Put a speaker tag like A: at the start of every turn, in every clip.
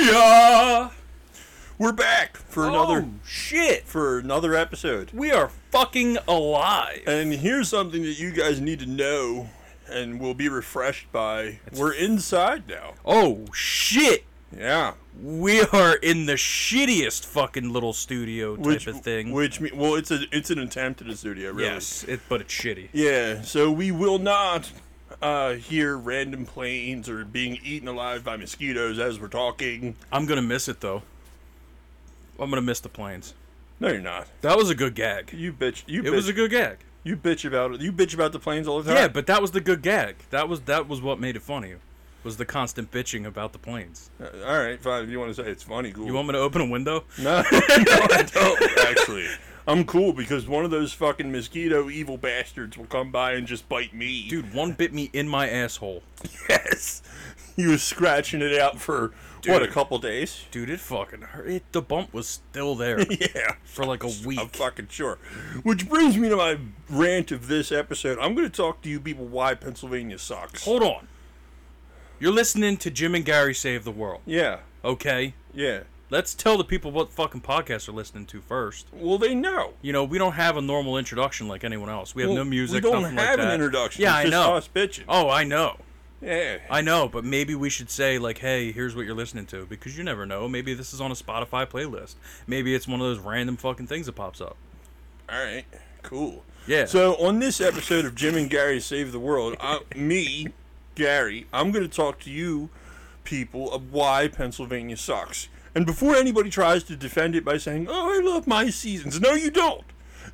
A: ya!
B: We're back for
A: Another
B: another
A: oh, shit!
B: for another episode.
A: We are fucking alive.
B: And here's something that you guys need to know and will be refreshed by. We're inside now.
A: Oh shit!
B: Yeah.
A: We are in the shittiest fucking little studio type
B: Which
A: of thing.
B: Which me- well, it's a it's an attempt at a studio, really.
A: Yes, it, but it's shitty.
B: Yeah. So we will not uh, hear random planes or being eaten alive by mosquitoes as we're talking.
A: I'm gonna miss it though. I'm gonna miss the planes.
B: No, you're not.
A: That was a good gag.
B: You bitch. You
A: It
B: bitch.
A: was a good gag.
B: you bitch about it. You bitch about the planes all the time.
A: Yeah, but that was the good gag. That was that was what made it funny. Was the constant bitching about the planes.
B: Uh, all right, fine. If you want to say it's funny, cool.
A: You want me to open a window?
B: No, no, I don't. Actually, I'm cool because one of those fucking mosquito evil bastards will come by and just bite me.
A: Dude, one bit me in my asshole.
B: yes. He was scratching it out for what a
A: Dude.
B: couple days.
A: Dude, it fucking hurt. It, the bump was still there
B: Yeah.
A: for like a
B: I'm
A: week.
B: fucking sure. Which brings me to my rant of this episode. I'm going to talk to you people why Pennsylvania sucks.
A: Hold on. You're listening to Jim and Gary Save the World.
B: Yeah.
A: Okay?
B: Yeah.
A: Let's tell the people what fucking podcasts are listening to first.
B: Well, they know.
A: You know, we don't have a normal introduction like anyone else. We have no
B: Well,
A: music.
B: We don't
A: nothing like
B: have an
A: that.
B: introduction.
A: Yeah,
B: It's
A: I
B: just
A: know.
B: Us bitching.
A: Oh, I know.
B: Yeah.
A: I know, but maybe we should say like, "Hey, here's what you're listening to," because you never know. Maybe this is on a Spotify playlist. Maybe it's one of those random fucking things that pops up.
B: All right, cool.
A: Yeah.
B: So on this episode of Jim and Gary Save the World, I, me, Gary, I'm going to talk to you people of why Pennsylvania sucks. And before anybody tries to defend it by saying, "Oh, I love my seasons," no, you don't.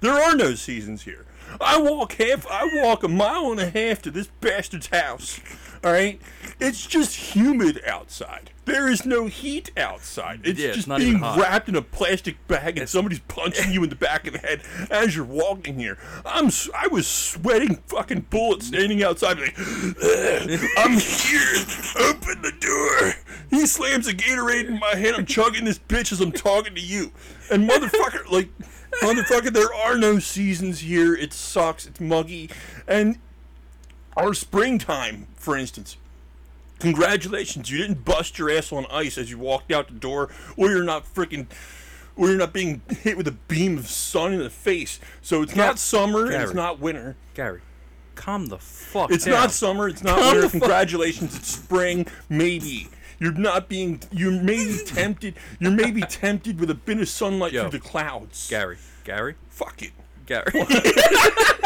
B: There are no seasons here. I walk half. I walk a mile and a half to this bastard's house. All right, it's just humid outside. There is no heat outside. It's
A: Yeah, it's
B: just
A: not even
B: being
A: hot.
B: wrapped in a plastic bag and somebody's punching you in the back of the head as you're walking here. I'm s- I was sweating fucking bullets standing outside like "Ugh, I'm here. Open the door. He slams a Gatorade in my head. I'm chugging this bitch as I'm talking to you. And motherfucker like motherfucker there are no seasons here. It sucks. It's muggy. And our springtime, for instance, congratulations, you didn't bust your ass on ice as you walked out the door, or you're not freaking, or you're not being hit with a beam of sun in the face. So it's
A: Gar-
B: not summer and
A: Gary.
B: it's not winter.
A: Gary, calm the fuck
B: It's
A: down.
B: not summer. It's not
A: Calm
B: winter.
A: the fuck-
B: Congratulations, it's spring. Maybe you're not being. You're maybe tempted. You're maybe tempted with a bit of sunlight
A: Yo.
B: through the clouds.
A: Gary, Gary,
B: Fuck it.
A: Gary.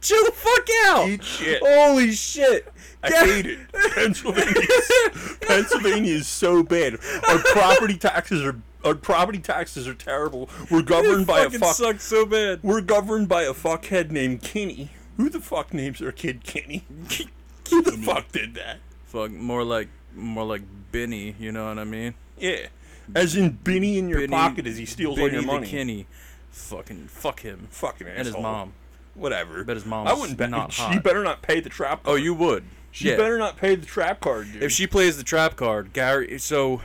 A: Chill the fuck out. Oh,
B: Eat shit.
A: Holy shit.
B: I
A: Gary-
B: hate it. Pennsylvania, Pennsylvania is so bad. Our property taxes are our property taxes are terrible. We're
A: It
B: governed by a
A: fucking
B: fuck.
A: sucks so bad.
B: We're governed by a fuckhead named Kenny. Who the fuck names their kid Kenny? Who the fuck did that?
A: Fuck, more like more like Benny. You know what I mean?
B: Yeah, as in Benny in your
A: Benny-
B: pocket as he steals all
A: Benny
B: your
A: the
B: money.
A: Kenny. Fucking fuck him.
B: Fucking asshole.
A: and his mom.
B: Whatever.
A: Bet his mom's
B: I wouldn't bet.
A: not
B: she
A: hot.
B: better not pay the trap.
A: Oh,
B: Card.
A: you would.
B: she
A: yeah.
B: better not pay the trap card, dude.
A: If she plays the trap card, Gary. So,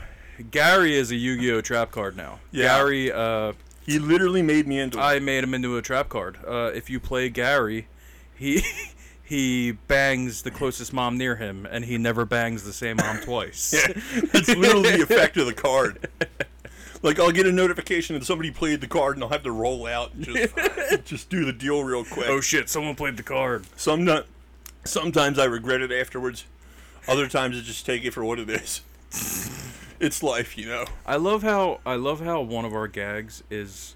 A: Gary is a Yu-Gi-Oh trap card now.
B: Yeah.
A: Gary. Uh,
B: he literally made me into.
A: I made him into a trap card. Uh, if you play Gary, he he bangs the closest mom near him, and he never bangs the same mom twice.
B: That's literally the effect of the card. Like I'll get a notification that somebody played the card, and I'll have to roll out and just just do the deal real quick.
A: Oh shit! Someone played the card.
B: Some not, sometimes I regret it afterwards. Other times I just take it for what it is. It's life, you know.
A: I love how I love how one of our gags is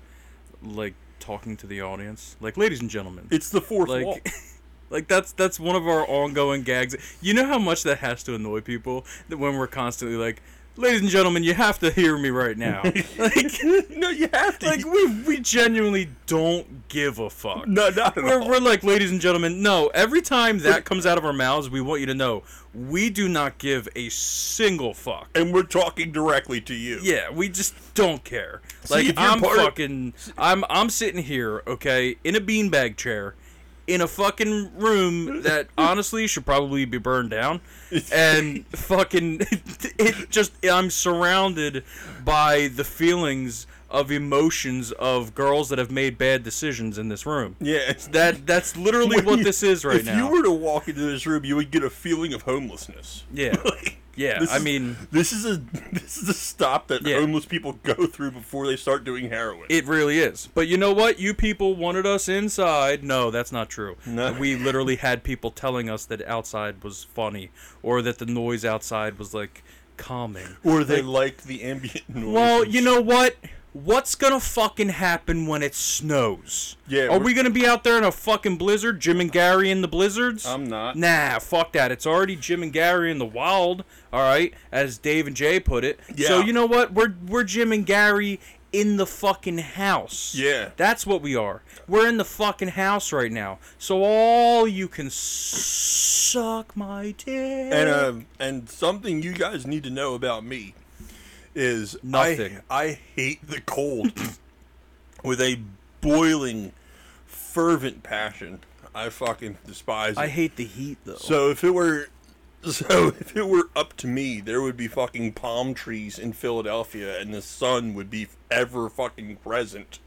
A: like talking to the audience, like ladies and gentlemen.
B: It's the fourth wall.
A: like like that's that's one of our ongoing gags you know how much that has to annoy people that when we're constantly like ladies and gentlemen you have to hear me right now like
B: no, you have to.
A: like we we genuinely don't give a fuck
B: no, not at
A: we're,
B: all.
A: we're like ladies and gentlemen no every time that comes out of our mouths we want you to know we do not give a single fuck
B: and we're talking directly to you.
A: yeah, we just don't care. Like
B: if you're
A: I'm
B: part of-
A: fucking, I'm I'm sitting here, okay, in a beanbag chair, in a fucking room that honestly should probably be burned down, and fucking, it just I'm surrounded by the feelings of emotions of girls that have made bad decisions in this room.
B: Yeah, it's
A: That that's literally what this is right
B: if
A: now.
B: you were to walk into this room, you would get a feeling of homelessness.
A: yeah. Yeah,
B: This
A: I
B: is-
A: mean,
B: this is a this is a stop that
A: Yeah.
B: homeless people go through before they start doing heroin.
A: it really is. But you know what? You people wanted us inside. No, that's not true.
B: No.
A: We literally had people telling us that outside was funny or that the noise outside was like calming.
B: or they like the ambient noise.
A: Well, you know what? What's gonna fucking happen when it snows?
B: Yeah,
A: Are
B: we're-
A: we gonna be out there in a fucking blizzard, Jim and Gary in the blizzards?
B: I'm not.
A: Nah, fuck that. It's already Jim and Gary in the wild, all right, as Dave and Jay put it. So
B: Yeah.
A: you know what? We're we're Jim and Gary in the fucking house.
B: Yeah.
A: That's what we are. We're in the fucking house right now. So all you can suck my dick.
B: And um, and something you guys need to know about me is
A: Nothing.
B: I, I hate the cold with a boiling, fervent passion. I fucking despise it.
A: I hate the heat though.
B: so if it were, so if it were up to me, there would be fucking palm trees in Philadelphia, and the sun would be ever fucking present,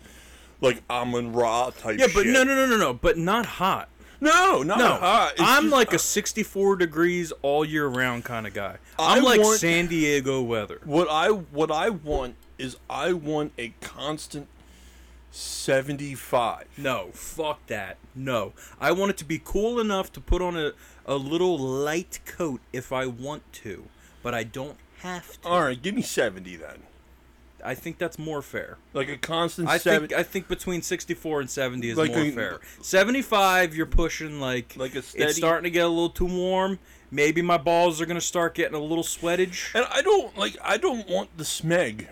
B: like Amon Ra type.
A: yeah, but
B: shit.
A: no, no, no, no, no. But not hot.
B: no, not
A: No,
B: hot. It's
A: I'm
B: just- uh,
A: like a 64 degrees all year round kind of guy.
B: I
A: I'm like
B: want-
A: San Diego weather.
B: What I what I want is I want a constant seventy five.
A: No, fuck that. No. I want it to be cool enough to put on a, a little light coat if I want to, but I don't have to.
B: All right, give me seventy then.
A: I think that's more fair.
B: Like a constant
A: I
B: seventy.
A: think I think between 64 and 70 is
B: Like
A: more
B: a-
A: fair. 75 you're pushing like
B: Like a
A: it's
B: steady-
A: starting to get a little too warm. Maybe my balls are going to start getting a little sweatage.
B: and I don't like I don't want the smeg.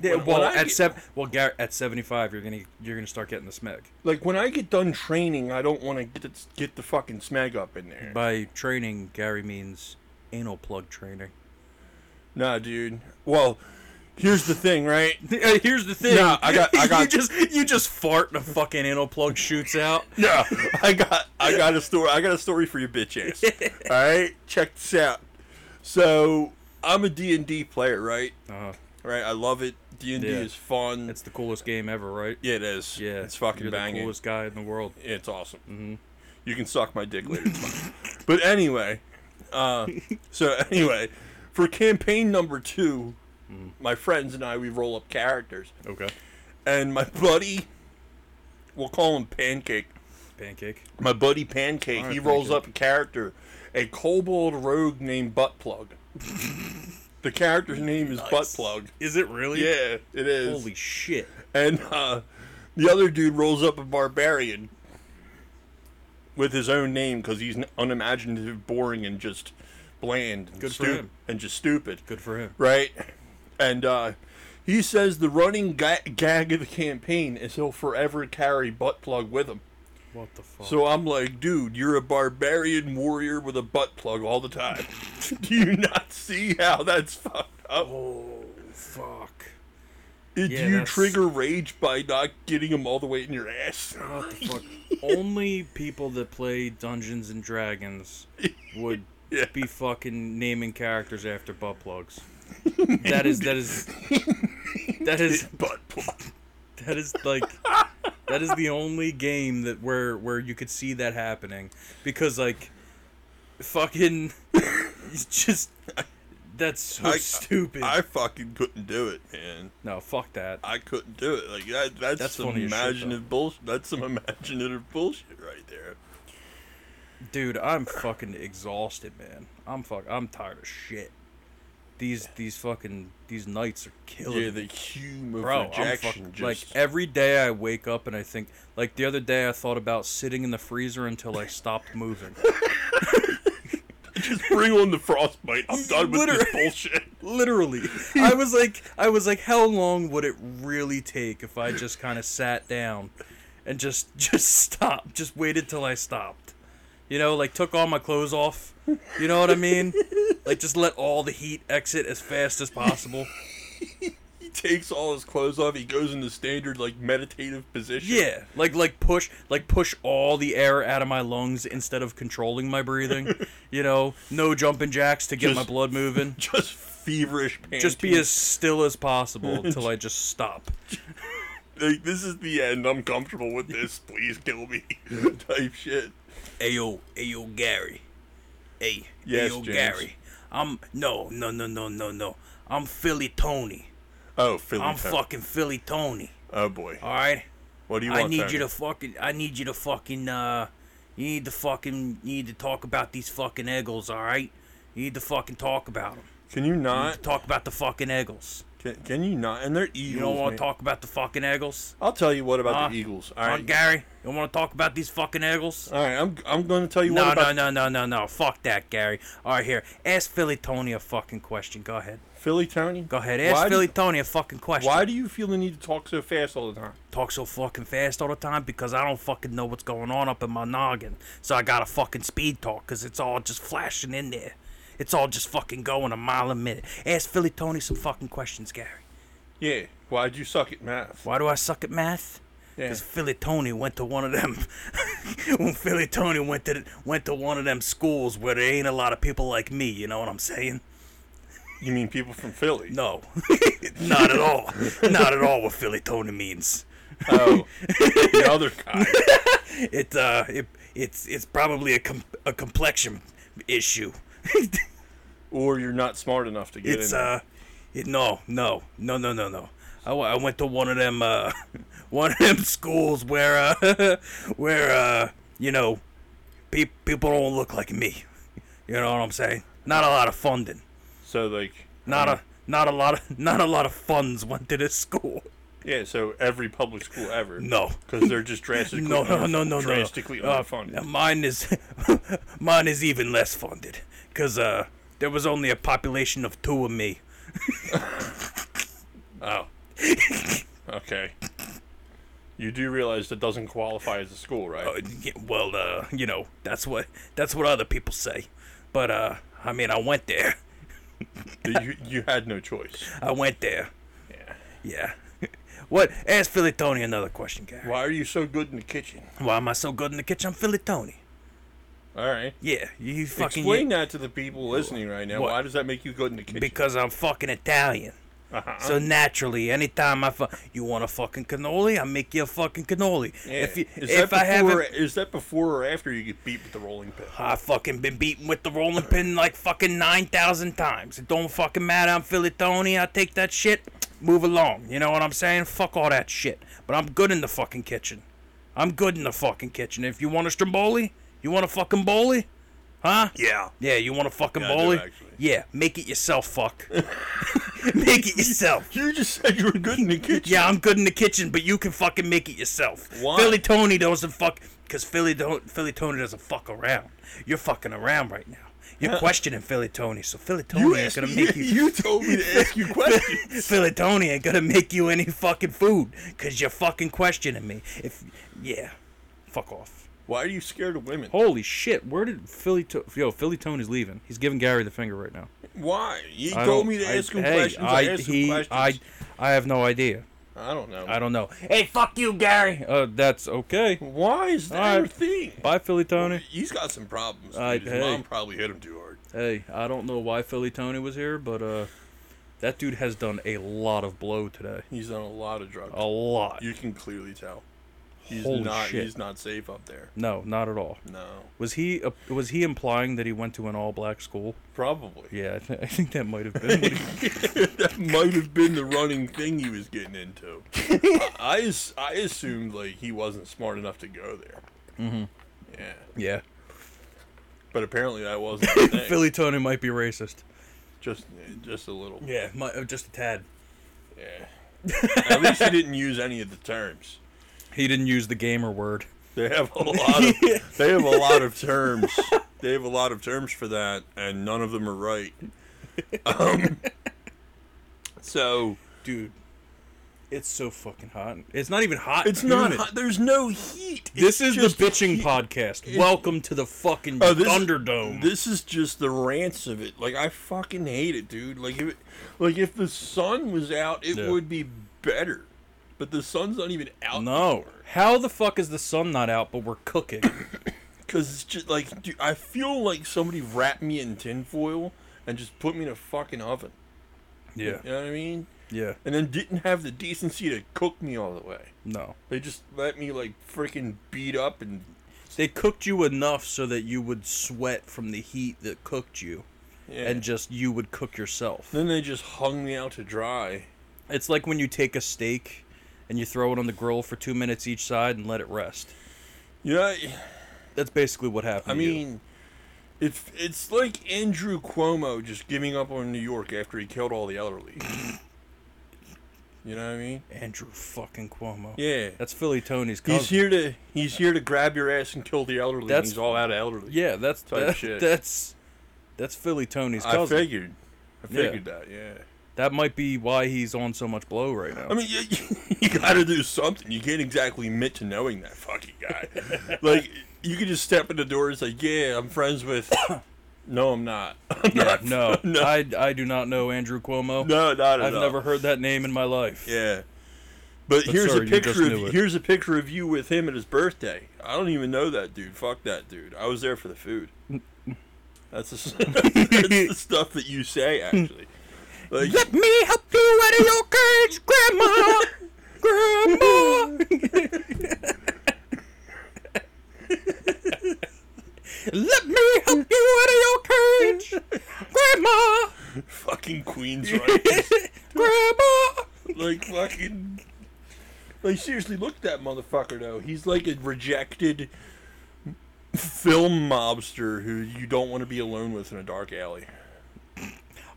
A: Yeah,
B: when
A: well,
B: I
A: at
B: get-
A: seven, well, Gar- at 75 you're going to you're going to start getting the smeg.
B: Like when I get done training, I don't want to get the, get the fucking smeg up in there.
A: By training, Gary means anal plug training.
B: nah, dude. Well, here's the thing, right?
A: Uh, Here's the thing.
B: No, I got- I
A: you
B: got-
A: just you just fart and a fucking anal plug shoots out.
B: No, I got I got a story. I got a story for you, bitch ass. All right, check this out. So I'm a D and D player, right?
A: Uh,
B: right? I love it. D and D
A: Yeah.
B: is fun.
A: it's the coolest game ever, right?
B: yeah, it is.
A: Yeah,
B: it's fucking
A: you're
B: banging.
A: The coolest guy in the world.
B: It's awesome. Mm-hmm. You can suck my dick later. It's fine. but anyway, uh, so anyway, for campaign number two,
A: Mm.
B: my friends and I we roll up characters,
A: Okay.
B: and my buddy, we'll call him Pancake.
A: Pancake.
B: My buddy Pancake,
A: Alright,
B: he rolls
A: Pancake.
B: up a character, a kobold rogue named Butt Plug. the character's name is Butt Plug.
A: Is it really?
B: Yeah, it is.
A: Holy shit.
B: And uh, the other dude rolls up a barbarian with his own name because he's n- unimaginative, boring, and just bland. And
A: Good for
B: stu-
A: him.
B: And just stupid.
A: Good for him.
B: Right? And uh, he says the running ga- gag of the campaign is he'll forever carry butt plug with him.
A: What the fuck?
B: So I'm like, dude, you're a barbarian warrior with a butt plug all the time. Do you not see how that's fucked up?
A: oh fuck.
B: Did
A: Yeah,
B: you
A: that's-
B: trigger rage by not getting them all the way in your ass?
A: What the fuck? Only people that play Dungeons and Dragons would
B: Yeah.
A: be fucking naming characters after butt plugs. That is that is that is
B: butt plug.
A: That is like that is the only game that where where you could see that happening because like fucking it's just that's so
B: I-
A: stupid.
B: I fucking couldn't do it, man.
A: no, fuck that.
B: I couldn't do it. Like that, that's,
A: That's
B: some
A: funny as shit, though.
B: imaginative bullshit. That's some imaginative bullshit right there.
A: Dude, I'm fucking exhausted, man. I'm fuck I'm tired of shit. These these fucking these nights are killing
B: Yeah,
A: me.
B: the hume of
A: Bro, I'm
B: rejection
A: fucking, like
B: just.
A: every day I wake up and I think like the other day I thought about sitting in the freezer until I stopped moving.
B: just bring on the frostbite. I'm done with this
A: Literally.
B: bullshit.
A: literally i was like i was like how long would it really take if i just kind of sat down and just just stopped just waited till i stopped you know like took all my clothes off you know what i mean like just let all the heat exit as fast as possible
B: He takes all his clothes off. He goes in the standard like meditative position.
A: yeah like like push like push all the air out of my lungs instead of controlling my breathing you know no jumping jacks to get my
B: Just-
A: blood moving
B: Just feverish. Panting.
A: just be as still as possible until i just stop
B: like this is the end. I'm comfortable with this. Please kill me. type shit.
A: Ayo, ayo, Gary. Hey,
B: Yes,
A: ayo,
B: James.
A: Gary. I'm no, no, no, no, no, no. I'm Philly Tony.
B: Oh, Philly.
A: I'm
B: Tony.
A: fucking Philly Tony.
B: Oh boy.
A: All right.
B: What do you want?
A: I need
B: Tony?
A: you to fucking. I need you to fucking. Uh, you need to fucking. You need to talk about these fucking Eggles. All right. You need to fucking talk about them.
B: Can you not?
A: Talk about the fucking Eggles.
B: Can, can you not? And they're Eagles.
A: You don't want
B: man.
A: to talk about the fucking Eggles,
B: I'll tell you what about
A: Huh?
B: the Eagles. All
A: huh,
B: right.
A: Gary? You want to talk about these fucking Eggles?
B: All right. I'm I'm going to tell you
A: No,
B: what about
A: no, no, no, no, no. Fuck that, Gary. All right, here. Ask Philly Tony a fucking question. Go ahead.
B: Philly Tony.
A: Go ahead. Ask
B: why
A: Philly
B: Do,
A: Tony a fucking question.
B: why do you feel the need to talk so fast all the time?
A: Talk so fucking fast all the time because I don't fucking know what's going on up in my noggin. So I gotta fucking speed talk because it's all just flashing in there. It's all just fucking going a mile a minute. Ask Philly Tony some fucking questions, Gary.
B: Yeah. Why'd you suck at math?
A: Why do I suck at math?
B: Yeah.
A: Because Philly Tony went to one of them. when Philly Tony went to went to one of them schools where there ain't a lot of people like me. You know what I'm saying?
B: You mean people from Philly?
A: No, not at all. Not at all. What Philly Tony means.
B: Oh, the other guy.
A: It uh, it, it's it's probably a com- a complexion issue.
B: Or you're not smart enough to get
A: It's
B: in. there.
A: uh, it, no, no, no, no, no, no. I, w- I went to one of them uh, one of them schools where uh, where uh, you know, pe- people don't look like me. You know what I'm saying? Not a lot of funding.
B: so like.
A: Not
B: um,
A: a not a lot of not a lot of funds went to this school.
B: Yeah. So every public school ever.
A: No.
B: Because they're just drastically.
A: No, no,
B: under-
A: no, no, no.
B: Drastically
A: Uh,
B: underfunded.
A: Mine is, mine is even less funded, cause uh, there was only a population of two of me.
B: Oh. okay. You do realize that doesn't qualify as a school, right?
A: Uh, y- well, uh, you know, that's what that's what other people say, but uh, I mean, I went there.
B: you, you had no choice.
A: I went there.
B: Yeah.
A: Yeah. What? Ask Philly Tony another question, Gary.
B: Why are you so good in the kitchen?
A: Why am I so good in the kitchen? I'm Philly Tony.
B: All right.
A: Yeah, you fucking.
B: Explain that to the people listening right now.
A: What?
B: Why does that make you good in the kitchen?
A: because I'm fucking Italian.
B: uh-huh.
A: So naturally, anytime I fu- you want a fucking cannoli, I make you a fucking cannoli.
B: Yeah.
A: If you,
B: Eh, is
A: if I
B: that before,
A: haven't,
B: is that before or after you get beat with the rolling pin?
A: I fucking been beaten with the rolling pin like fucking nine thousand times. It don't fucking matter. I'm Philly Tony. I take that shit. Move along. You know what I'm saying? Fuck all that shit. But I'm good in the fucking kitchen. I'm good in the fucking kitchen. If you want a stromboli, you want a fucking boli, huh?
B: Yeah.
A: Yeah, you want a fucking
B: Yeah, I do,
A: boli?
B: actually.
A: Yeah, make it yourself. Fuck. make it yourself.
B: You just said you were good in the kitchen.
A: Yeah, I'm good in the kitchen, but you can fucking make it yourself.
B: Why?
A: Philly Tony doesn't fuck because Philly don't Philly Tony doesn't fuck around. You're fucking around right now. You're questioning Philly Tony, so Philly Tony
B: You,
A: ain't
B: asked,
A: gonna
B: me-
A: make you.
B: you told me to ask you questions.
A: Philly Tony ain't gonna make you any fucking food because you're fucking questioning me. If yeah, fuck off.
B: Why are you scared of women?
A: Holy shit! Where did Philly to- yo Philly Tony's leaving? He's giving Gary the finger right now.
B: Why? You
A: I
B: told
A: don't-
B: me to
A: I-
B: ask him
A: hey,
B: questions. I,
A: I,
B: asked him
A: he-
B: questions.
A: I, I have no idea.
B: I don't know.
A: I don't know. Hey, fuck you, Gary. Uh, that's okay.
B: Why is that
A: Alright.
B: a thing?
A: Bye, Philly Tony.
B: He's got some problems. Dude.
A: I-
B: His
A: hey.
B: mom probably hit him too hard.
A: Hey, I don't know why Philly Tony was here, but uh, that dude has done a lot of blow today.
B: He's done a lot of drugs.
A: A lot.
B: You can clearly tell. He's
A: Oh. Holy
B: not.
A: shit.
B: He's not safe up there.
A: No, not at all.
B: No,
A: Was he uh, was he implying that he went to an all black school?
B: probably.
A: Yeah, I, th- I think that might have been. what he-
B: that might have been the running thing he was getting into. I, I, as- I assumed like he wasn't smart enough to go there. Mm-hmm. Yeah,
A: yeah.
B: but apparently that wasn't. The thing.
A: Philly Tony might be racist.
B: just, just a little.
A: Yeah, might, uh, just a tad.
B: Yeah. At least he didn't use any of the terms.
A: He didn't use the gamer word.
B: They have a lot of they have a lot of terms. They have a lot of terms for that, and none of them are right. Um, so
A: Dude, it's so fucking hot. It's not even hot.
B: it's not.
A: humid.
B: hot. There's no heat.
A: This
B: It's
A: is
B: just
A: the bitching
B: heat.
A: podcast. Welcome to the fucking
B: Oh, this-
A: Thunderdome.
B: This is just the rants of it. Like I fucking hate it, dude. Like if it, like if the sun was out, it
A: Yeah.
B: would be better. But the sun's not even out.
A: No. How the fuck is the sun not out, but we're cooking?
B: Cause it's just like, dude, I feel like somebody wrapped me in tinfoil and just put me in a fucking oven.
A: Yeah.
B: You know what I mean?
A: Yeah.
B: And then didn't have the decency to cook me all the way.
A: No.
B: They just let me like freaking beat up and
A: They cooked you enough so that you would sweat from the heat that cooked you.
B: Yeah.
A: and just you would cook yourself.
B: Then they just hung me out to dry.
A: It's like when you take a steak and you throw it on the grill for two minutes each side and let it rest.
B: Yeah,
A: That's basically what happened.
B: I
A: to you.
B: mean, it's it's like Andrew Cuomo just giving up on New York after he killed all the elderly. you know what I mean?
A: Andrew fucking Cuomo.
B: Yeah.
A: that's Philly Tony's cousin.
B: He's here to he's here to grab your ass and kill the elderly. and
A: That's-
B: he's all out of elderly.
A: Yeah, that's
B: Type
A: that-
B: shit.
A: that's that's Philly Tony's
B: I
A: cousin.
B: figured. I
A: Yeah.
B: figured that. Yeah.
A: That might be why he's on so much blow right now.
B: I mean, you, you got to do something. You can't exactly admit to knowing that fucking guy. like, you could just step in the door. It's like, yeah, I'm friends with. no, I'm not. I'm
A: Yeah,
B: not.
A: no,
B: no,
A: I I do not know Andrew Cuomo.
B: no, not at
A: I've
B: all.
A: never heard that name in my life.
B: Yeah. But,
A: But
B: here's
A: sorry,
B: a
A: you just
B: picture of
A: knew it.
B: here's a picture of you with him at his birthday. I don't even know that dude. Fuck that dude. I was there for the food. That's the, s- that's the stuff that you say actually. Like,
A: me help you out of your cage, Grandma. Grandma. Let me help you out of your cage, Grandma.
B: fucking Queens right.
A: Grandma.
B: like fucking like seriously look at that motherfucker though he's like a rejected film mobster who you don't want to be alone with in a dark alley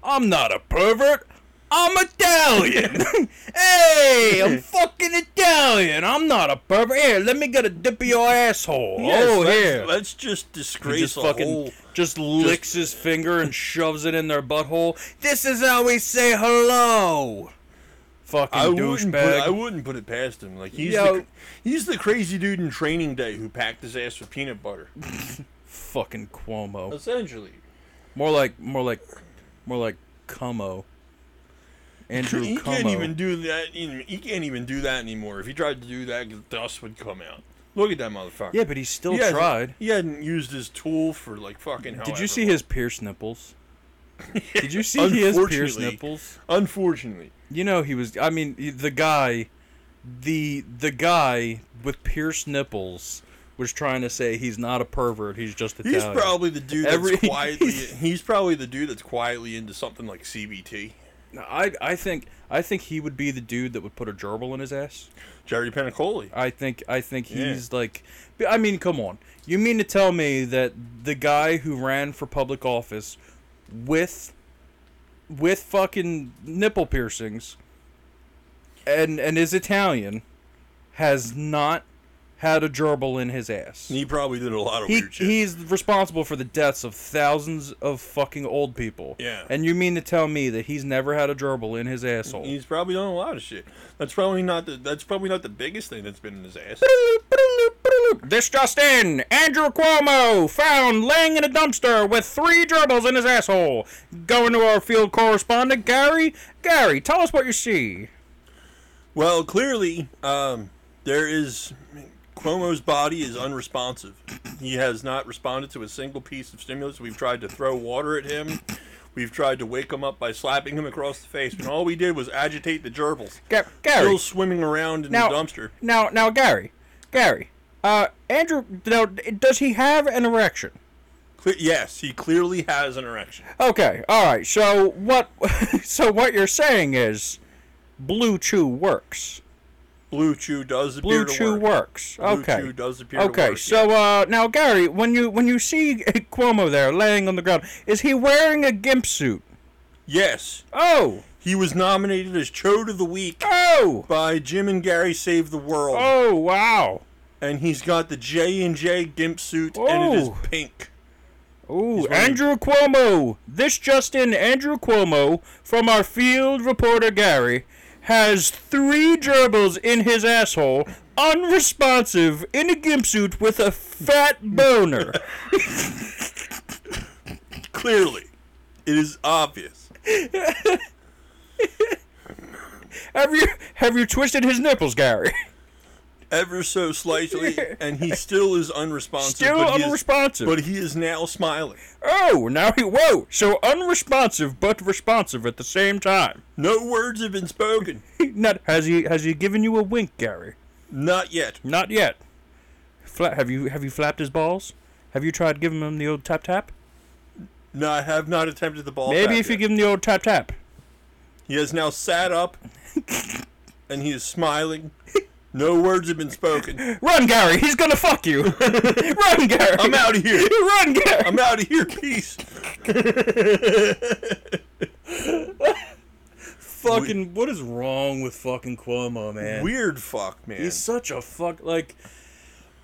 A: I'm not a pervert. I'm Italian. hey, I'm fucking Italian. I'm not a pervert. Here, let me get a dip of your asshole. oh,
B: let's,
A: here.
B: let's just disgrace
A: just
B: a
A: fucking
B: whole
A: just licks his finger and shoves it in their butthole. This is how we say hello. Fucking
B: I wouldn't, put, I
A: douchebag.
B: wouldn't put it past him. Like he's
A: Yo.
B: the, he's the crazy dude in Training Day who packed his ass with peanut butter.
A: Fucking Cuomo.
B: Essentially,
A: More like more like more like Cuomo. Andrew
B: he
A: Cuomo.
B: can't even do that. He can't even do that anymore. If he tried to do that, dust would come out. Look at that motherfucker.
A: yeah, but he still
B: he hasn't-
A: tried.
B: He hadn't used his tool for like fucking.
A: Did
B: however
A: you see
B: long.
A: his pierced nipples? Did you see his pierced
B: Unfortunately.
A: nipples?
B: Unfortunately,
A: You know he was. I mean, he- the guy, the the guy with pierced nipples was trying to say he's not a pervert. He's just
B: he's
A: Italian.
B: probably the dude
A: Every-
B: that's quietly. he's probably the dude that's quietly into something like CBT.
A: I I think I think he would be the dude that would put a gerbil in his ass.
B: Jerry Pentacoli.
A: I think I think
B: Yeah.
A: he's like. but I mean, come on. You mean to tell me that the guy who ran for public office with with fucking nipple piercings and and is Italian has not had a gerbil in his ass?
B: He probably did a lot of
A: He,
B: weird shit.
A: he's responsible for the deaths of thousands of fucking old people.
B: Yeah.
A: And you mean to tell me that he's never had a gerbil in his asshole?
B: He's probably done a lot of shit. That's probably not the that's probably not the biggest thing that's been in his ass.
A: This just in. Andrew Cuomo found laying in a dumpster with three gerbils in his asshole. Going to our field correspondent, Gary. Gary, tell us what you see.
B: Well, clearly, um, there is Cuomo's body is unresponsive. He has not responded to a single piece of stimulus. We've tried to throw water at him. We've tried to wake him up by slapping him across the face, and all we did was agitate the gerbils.
A: Ga- Gary.
B: Still swimming around in
A: Now-
B: the dumpster.
A: Now, now, Gary. Gary. Uh, Andrew, now, does he have an erection?
B: Cle- yes, he clearly has an erection.
A: Okay, all right. So what? So what you're saying is, Blue Chew works.
B: Blue Chew does appear
A: Blue
B: to
A: Chew
B: work.
A: works.
B: Blue
A: okay.
B: Chew does appear to
A: Okay,
B: work.
A: so uh, now Gary, when you when you see Cuomo there laying on the ground, is he wearing a gimp suit?
B: yes,
A: Oh,
B: he was nominated as Chode of the Week
A: oh,
B: by Jim and Gary Save the World,
A: oh! Wow.
B: and he's got the J and J gimp suit, and it is
A: Oh.
B: pink.
A: Ooh,
B: wearing-
A: Andrew Cuomo. This just in: Andrew Cuomo from our field reporter Gary has three gerbils in his asshole, unresponsive in a gimp suit with a fat boner.
B: Clearly, it is obvious.
A: have you have you twisted his nipples, Gary?
B: Ever so slightly, and he still is unresponsive.
A: Still
B: but he is-
A: unresponsive.
B: but he is now smiling.
A: Oh, now he whoa! So unresponsive but responsive at the same time.
B: No words have been spoken.
A: Not has he has he given you a wink, Gary?
B: Not yet.
A: Not yet. Fla- have you have you flapped his balls? Have you tried giving him the old tap tap?
B: No, I have not attempted the ball.
A: Maybe
B: tap
A: if you
B: yet.
A: give him the old tap tap.
B: He has now sat up, and he is smiling. No words have been spoken.
A: Run, Gary. He's gonna fuck you. Run, Gary.
B: I'm out of here.
A: Run, Gary.
B: I'm out of here. Peace.
A: fucking. What is wrong with fucking Cuomo, man?
B: Weird fuck, man.
A: He's such a fuck. Like,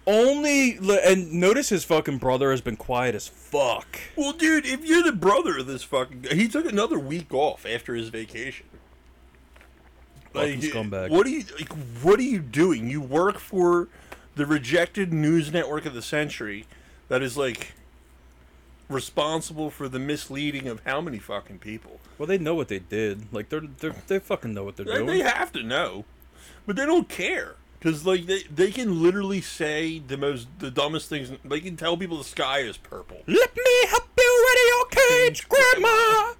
A: only li- and notice his fucking brother has been quiet as fuck.
B: Well, dude, if you're the brother of this fucking guy, he took another week off after his vacation.
A: Fucking scumbag.
B: What are you like? What are you doing? You work for the rejected news network of the century, that is like responsible for the misleading of how many fucking people.
A: Well, they know what they did. Like, they're they are they fucking know what they're
B: They,
A: doing.
B: they have to know, but they don't care because like they they can literally say the most the dumbest things. They can tell people the sky is purple.
A: Let me help you out of your cage, Grandma.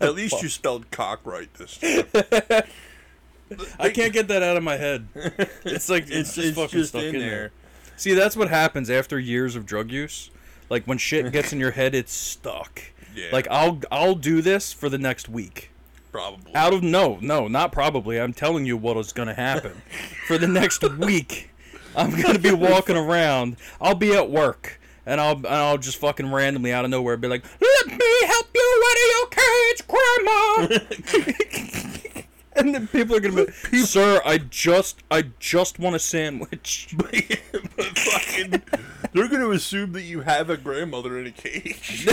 B: At least you spelled cock right this time.
A: I can't get that out of my head. It's like it's, just
B: it's
A: fucking
B: just
A: stuck
B: in
A: in,
B: there.
A: there. See, that's what happens after years of drug use. Like when shit gets in your head, it's stuck.
B: Yeah.
A: Like I'll I'll do this for the next week.
B: Probably.
A: Out of no, no, not probably. I'm telling you what is gonna happen. for the next week, I'm gonna be walking around. I'll be at work. And I'll, and I'll just fucking randomly out of nowhere be like, let me help you out of your cage, grandma. and then people are gonna be, sir, I just, I just want a sandwich.
B: but fucking, they're going to assume that you have a grandmother in a cage.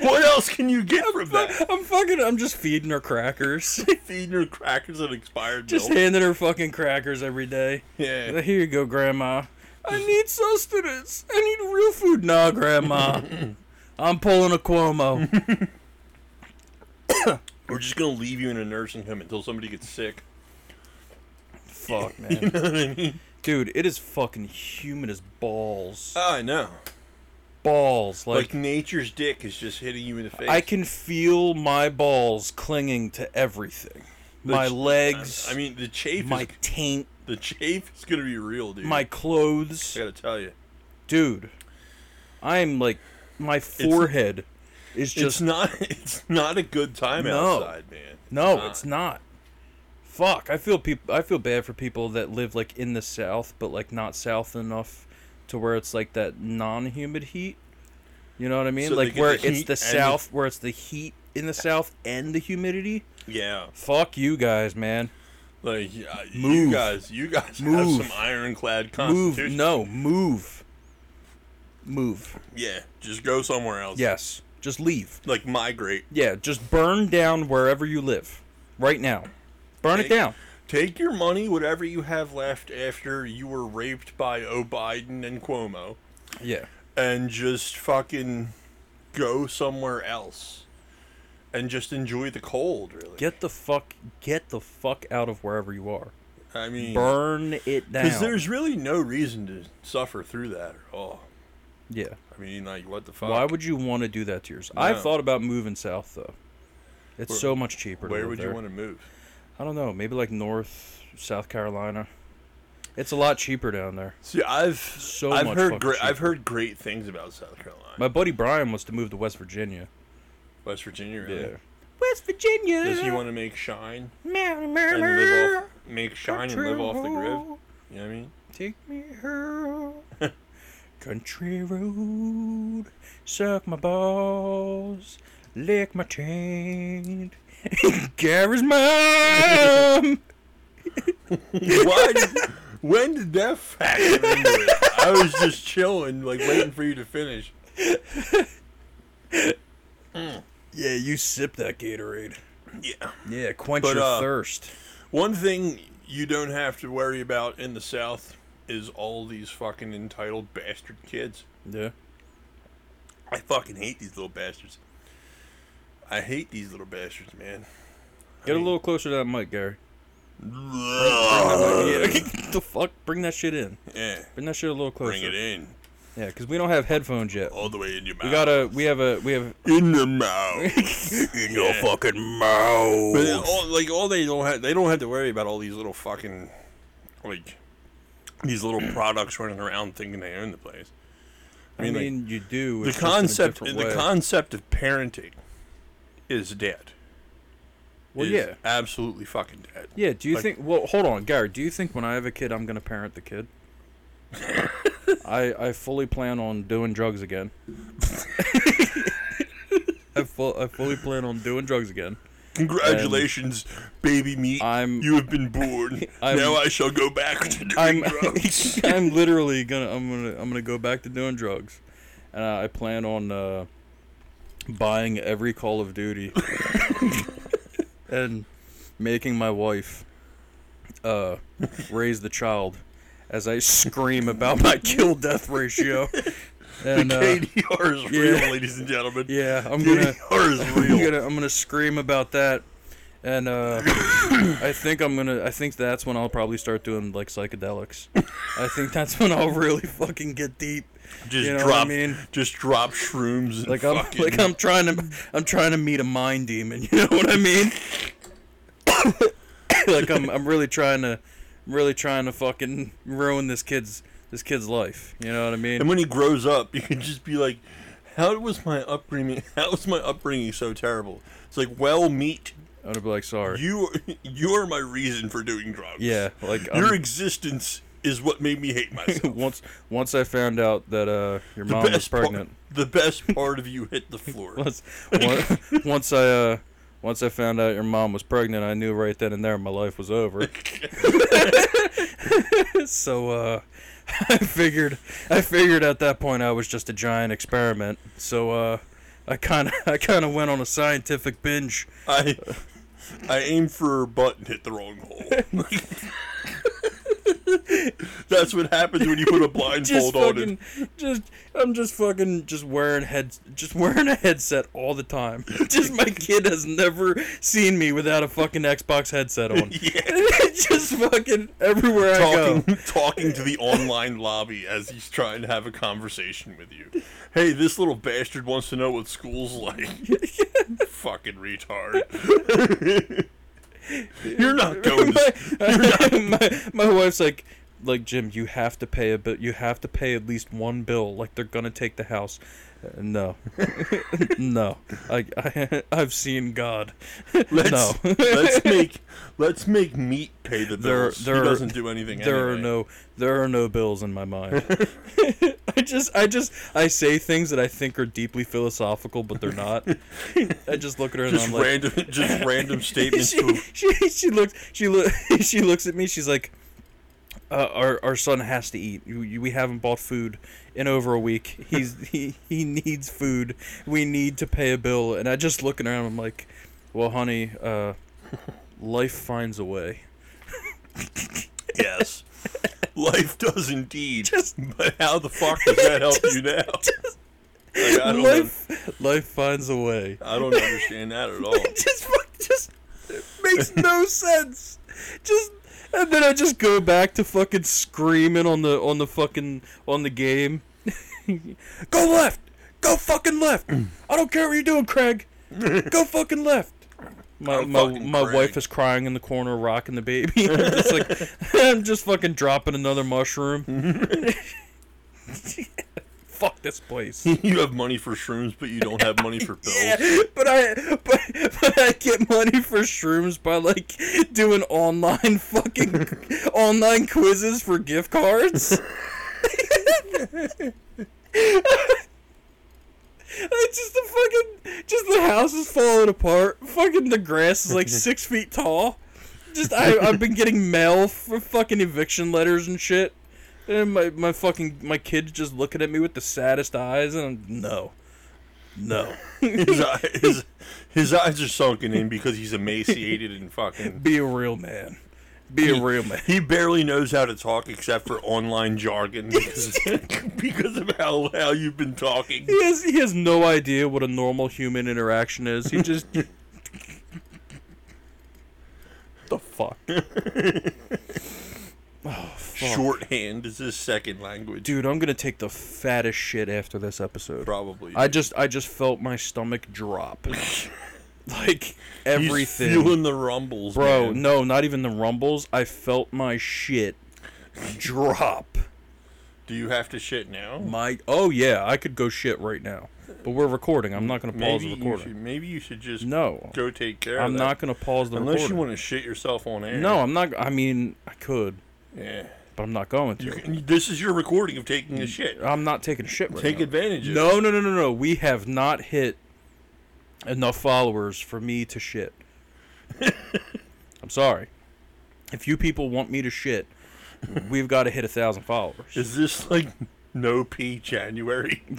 B: what else can you get from that?
A: I'm fucking, I'm just feeding her crackers,
B: Feeding her crackers and expired
A: just
B: milk.
A: handing her fucking crackers every day.
B: Yeah.
A: Here you go, Grandma. I need sustenance. I need real food. Nah, Grandma. I'm pulling a Cuomo.
B: We're just going to leave you in a nursing home until somebody gets sick.
A: Fuck, man. Dude, it is fucking humid as balls.
B: I know.
A: Balls.
B: Like,
A: Like,
B: nature's dick is just hitting you in the face.
A: I can feel my balls clinging to everything. My
B: ch-
A: legs,
B: I mean, the chafe
A: my
B: is,
A: taint,
B: the chafe is going to be real, dude.
A: my clothes.
B: I got to tell you.
A: Dude, I'm like, my forehead is
B: it's
A: just
B: not it's not a good time
A: No.
B: outside, man.
A: No,
B: not.
A: it's not. Fuck, I feel peop- I feel bad for people that live like in the south, but like not south enough to where it's like that non-humid heat. You know what I mean?
B: So they
A: like
B: get
A: where
B: the
A: it's
B: heat
A: the
B: and the-
A: south, where it's the heat in the south and the humidity.
B: Yeah.
A: Fuck you guys, man.
B: Like yeah, you
A: Move.
B: guys, you guys
A: Move.
B: have some ironclad
A: Move,
B: constitution.
A: no, move, move.
B: Yeah, just go somewhere else.
A: Yes, just leave.
B: like migrate.
A: Yeah, just burn down wherever you live right now. Burn it
B: Take-
A: down.
B: Take your money, whatever you have left after you were raped by O Biden and Cuomo,
A: Yeah.
B: and just fucking go somewhere else, and just enjoy the cold. Really,
A: Get the fuck get the fuck out of wherever you are.
B: I mean,
A: burn it down.
B: because there's really no reason to suffer through that at all.
A: yeah.
B: I mean, like, what the fuck?
A: Why would you want to do that to yourself? I've
B: No.
A: thought about moving south though. It's so much cheaper.
B: Where
A: to
B: would you
A: to?
B: want to move?
A: I don't know. Maybe like North South Carolina. It's a lot cheaper down there.
B: See, I've
A: So
B: I've
A: much
B: heard
A: fucking
B: great I've
A: cheaper.
B: heard great things about South Carolina,
A: My buddy Brian wants to move to West Virginia.
B: West Virginia. Really.
A: West Virginia.
B: Does he want to make shine
A: and
B: and live off, make shine and live off the grid? You know what I mean?
A: Take me home. Country road, suck my balls, lick my chain. Gary's mom.
B: Why? Did, when did that factor into it? I was just chilling, like waiting for you to finish.
A: yeah, you sip that Gatorade.
B: Yeah.
A: Yeah, quench
B: But,
A: your
B: uh,
A: thirst.
B: One thing you don't have to worry about in the South is all these fucking entitled bastard kids.
A: Yeah.
B: I fucking hate these little bastards. I hate these little bastards, man.
A: Get a little closer to that mic, Gary. the fuck? Bring that shit in.
B: Yeah.
A: Bring that shit a little closer.
B: Bring it in.
A: Yeah, because we don't have headphones yet.
B: All the way in your mouth.
A: We gotta. We have a. We have.
B: in the mouth. in your fucking mouth. But all, like all they don't have, they don't have to worry about all these little fucking like these little products running around thinking they own the place.
A: I
B: mean,
A: mean,
B: like,
A: you do.
B: The
A: it's just in a
B: concept,
A: different
B: the
A: way.
B: concept of parenting, is dead.
A: Well,
B: Is
A: yeah.
B: absolutely fucking dead.
A: Yeah, do you
B: Like-
A: think? Well, hold on, Gary. Do you think when I have a kid, I'm gonna parent the kid? I I fully plan on doing drugs again. I full I fully plan on doing drugs again.
B: Congratulations, baby meat.
A: I'm-
B: you have been born.
A: I'm-
B: now I shall go back to doing
A: I'm
B: drugs.
A: I'm literally gonna I'm gonna I'm gonna go back to doing drugs, and I, I plan on uh, buying every Call of Duty, and making my wife uh, raise the child as I scream about my kill death ratio. And, uh,
B: KDR is real,
A: yeah.
B: ladies and gentlemen.
A: yeah, I'm gonna
B: KDR is
A: I'm
B: real.
A: gonna I'm gonna scream about that. And uh, I think I'm gonna. I think that's when I'll probably start doing like psychedelics. I think that's when I'll really fucking get deep.
B: just
A: you know what I
B: drop,
A: mean?
B: just drop shrooms. And
A: Like I'm
B: fucking,
A: like I'm trying to I'm trying to meet a mind demon. You know what I mean? like I'm I'm really trying to I'm really trying to fucking ruin this kid's this kid's life. You know what I mean?
B: And when he grows up, you can just be like, "How was my upbringing? How was my upbringing so terrible?" It's like, "Well, meat,
A: I'm gonna be like sorry.
B: you you are my reason for doing drugs.
A: Yeah, Um, like I'm-
B: your existence is what made me hate myself.
A: once once I found out that uh your
B: the
A: mom was
B: best
A: pregnant.
B: part, the best part of you hit the floor.
A: once, on- once I uh, once I found out your mom was pregnant, I knew right then and there my life was over. so uh, I figured I figured at that point I was just a giant experiment. So uh, I kind of I kind of went on a scientific binge.
B: I I aimed for her butt and hit the wrong hole. That's what happens when you put a blindfold
A: Just
B: on.
A: fucking,
B: And
A: just I'm just fucking just wearing head just wearing a headset all the time. Just my kid has never seen me without a fucking Xbox headset on.
B: yeah,
A: just fucking everywhere I go.
B: talking talking to the online lobby as he's trying to have a conversation with you. Hey, this little bastard wants to know what school's like. fucking retard. You're not going.
A: my,
B: To,
A: my, my wife's like like Jim, you have to pay a bill. You have to pay at least one bill. Like they're gonna take the house. Uh, No, no. I, I I've seen God. no,
B: let's, let's make let's make meat pay the
A: There-
B: bills.
A: there-
B: he doesn't do anything.
A: there are
B: anyway.
A: no there are no bills in my mind. I just I just I say things that I think are deeply philosophical, but they're not. I just look at her
B: just
A: and I'm like,
B: random just random statements
A: she,
B: to
A: she she looks she look she looks at me. She's like, uh, "Our our son has to eat. You- you- We haven't bought food in over a week. He's he he needs food. We need to pay a bill." And I just look at her and I'm like, "Well, honey, uh, life finds a way."
B: yes. Life does indeed.
A: Just-
B: but how the fuck does that help you now? Like, I, don't un-
A: Life life finds a way.
B: I don't understand that at all.
A: just fuck- just it makes no sense. Just and then I just go back to fucking screaming on the on the fucking on the game. go left. Go fucking left. I don't care what you're doing, Craig. Go fucking left. My
B: I'm
A: my,
B: fucking
A: my
B: Craig.
A: wife is crying in the corner, rocking the baby. I'm just like I'm just fucking dropping another mushroom. Fuck this place.
B: You have money for shrooms, but you don't have money for pills.
A: Yeah, but I but, but I get money for shrooms by like doing online fucking online quizzes for gift cards. It's just the fucking just the house is falling apart. Fucking the grass is like six feet tall. Just I I've been getting mail for fucking eviction letters and shit. And my, my fucking my kid's just looking at me with the saddest eyes and I'm, no. No.
B: His, eye- his, his eyes are sunken in because he's emaciated and fucking.
A: Be a real man. Be a real man.
B: He barely knows how to talk except for online jargon because, because of how, how you've been talking.
A: He has he has no idea what a normal human interaction is. He just the fuck.
B: Shorthand is his second language.
A: Dude, I'm gonna take the fattest shit after this episode.
B: Probably.
A: I just I just felt my stomach drop. like
B: He's
A: everything.
B: feeling the rumbles,
A: Bro,
B: man.
A: no, not even the rumbles. I felt my shit
B: drop. Do you have to shit now?
A: My oh yeah, I could go shit right now, but we're recording. I'm not gonna pause
B: Maybe
A: the
B: you,
A: recording.
B: should, maybe you should just
A: No,
B: go take care of
A: I'm
B: that.
A: not gonna pause the
B: Unless
A: recording.
B: you want to shit yourself on air.
A: no, I'm not. I mean, I could,
B: Yeah.
A: but I'm not going to.
B: You can, this is your recording of taking a shit.
A: I'm not taking a shit right
B: Take
A: now.
B: advantage of it.
A: No, no, no, no, no. We have not hit enough followers for me to shit. I'm sorry. If you people want me to shit, we've got to hit a thousand followers.
B: Is this like no pee January?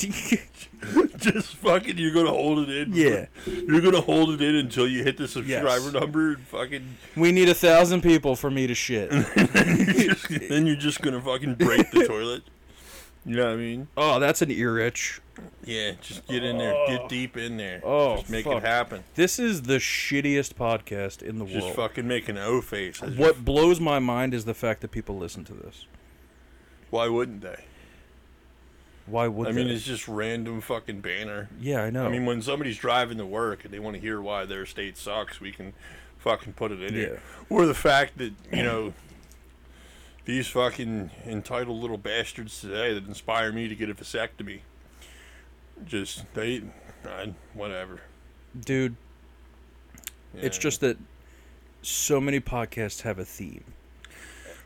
B: just fucking, you're gonna hold it in.
A: Yeah.
B: You're gonna hold it in until you hit the subscriber
A: Yes.
B: number and fucking.
A: we need a thousand people for me to shit.
B: You're just- then you're just gonna fucking break the toilet. You know what I mean?
A: Oh, that's an ear itch.
B: Yeah, just get in there, get deep in there.
A: Oh,
B: just make
A: fuck.
B: it happen.
A: This is the shittiest podcast in the
B: Just
A: world.
B: fucking make an O face. as
A: What blows my mind is the fact that people listen to this.
B: if- Why wouldn't they?
A: Why would
B: I mean,
A: they?
B: it's just random fucking banner.
A: yeah, I know.
B: I mean, when somebody's driving to work and they want to hear why their state sucks, we can fucking put it in here. Or the fact that, you know, these fucking entitled little bastards today that inspire me to get a vasectomy. Just, they, I, whatever.
A: Dude, it's
B: Yeah.
A: just that so many podcasts have a theme.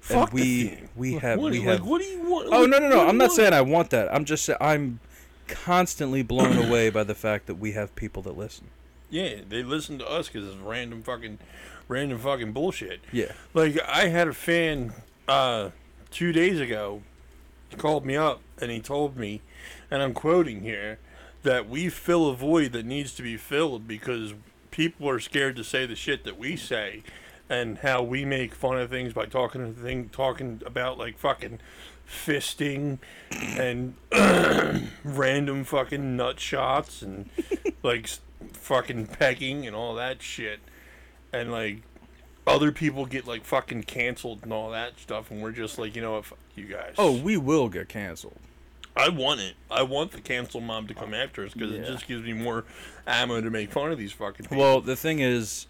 B: Fuck
A: and
B: the
A: we
B: theme.
A: we have
B: What,
A: we
B: like,
A: have
B: what do you want?
A: Oh
B: like,
A: no no
B: what
A: no,
B: do
A: I'm
B: you
A: not
B: want?
A: saying I want that. I'm just saying I'm constantly blown away by the fact that we have people that listen.
B: Yeah, they listen to us because it's random fucking, random fucking bullshit.
A: Yeah.
B: Like I had a fan uh, two days ago called me up and he told me, and I'm quoting here, that we fill a void that needs to be filled because people are scared to say the shit that we say, and how we make fun of things by talking to thing talking about like fucking fisting and random fucking nut shots and like s- fucking pecking and all that shit, and like other people get like fucking canceled and all that stuff, and we're just like, you know what, fuck you guys.
A: Oh, we will get canceled.
B: I want it. I want the cancel mom to come after us because it
A: Yeah.
B: just gives me more ammo to make fun of these fucking people.
A: Well, the thing is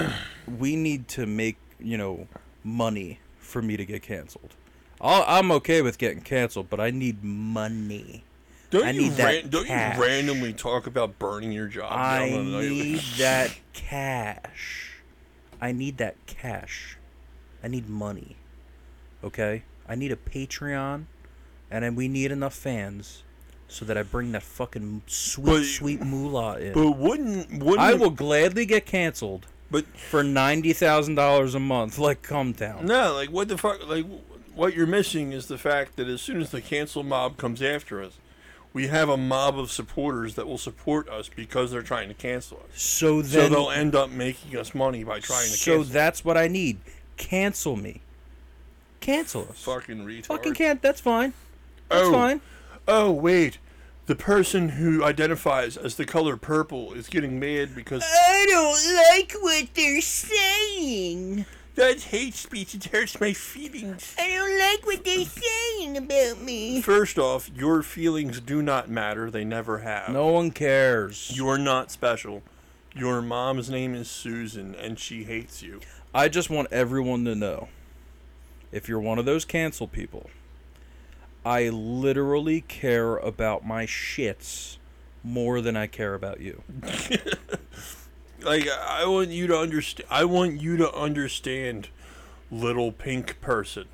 A: we need to make, you know, money for me to get canceled. I'll, I'm okay with getting canceled, but I need money.
B: don't
A: I
B: you
A: need that
B: don't
A: cash.
B: you randomly talk about burning your job?
A: I
B: down on the-
A: need that cash. I need that cash. I need money. Okay? I need a Patreon, and then we need enough fans so that I bring that fucking sweet,
B: But-
A: sweet moolah in.
B: But wouldn't wouldn't
A: I will gladly get canceled
B: But
A: for $90,000 a month, like Come Down.
B: no, like what the fuck? Like what you're missing is the fact that as soon as the cancel mob comes after us, we have a mob of supporters that will support us because they're trying to cancel us. So
A: So then,
B: they'll end up making us money by trying to
A: so
B: cancel.
A: that's what I need. Cancel me. Cancel us.
B: fucking retard.
A: Fucking can't. That's fine. That's
B: Oh.
A: fine.
B: oh wait, the person who identifies as the color purple is getting mad because
A: I don't like what they're saying.
B: that's hate speech. It hurts my feelings.
A: I don't like what they're saying about me.
B: First off, your feelings do not matter. They never have.
A: No one cares.
B: You're not special. Your mom's name is Susan, and she hates you.
A: I just want everyone to know if you're one of those cancel people, I literally care about my shits more than I care about you.
B: Like I I want you to understand. I want you to understand, little pink person,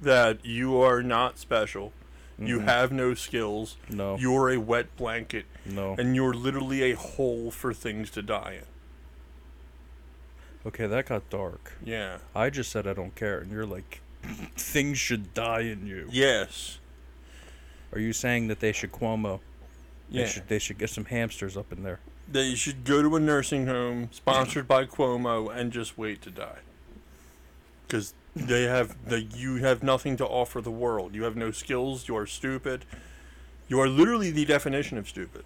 B: that you are not special. You have no skills.
A: Mm-hmm. No.
B: You're a wet blanket.
A: No.
B: and you're literally a hole for things to die in.
A: Okay, that got dark.
B: Yeah.
A: I just said I don't care, and you're like, things should die in you.
B: Yes.
A: Are you saying that they should Cuomo?
B: Yeah.
A: They should, they should get some hamsters up in there.
B: They should go to a nursing home sponsored by Cuomo and just wait to die. Because they have the you have nothing to offer the world. You have no skills. You are stupid. You are literally the definition of stupid.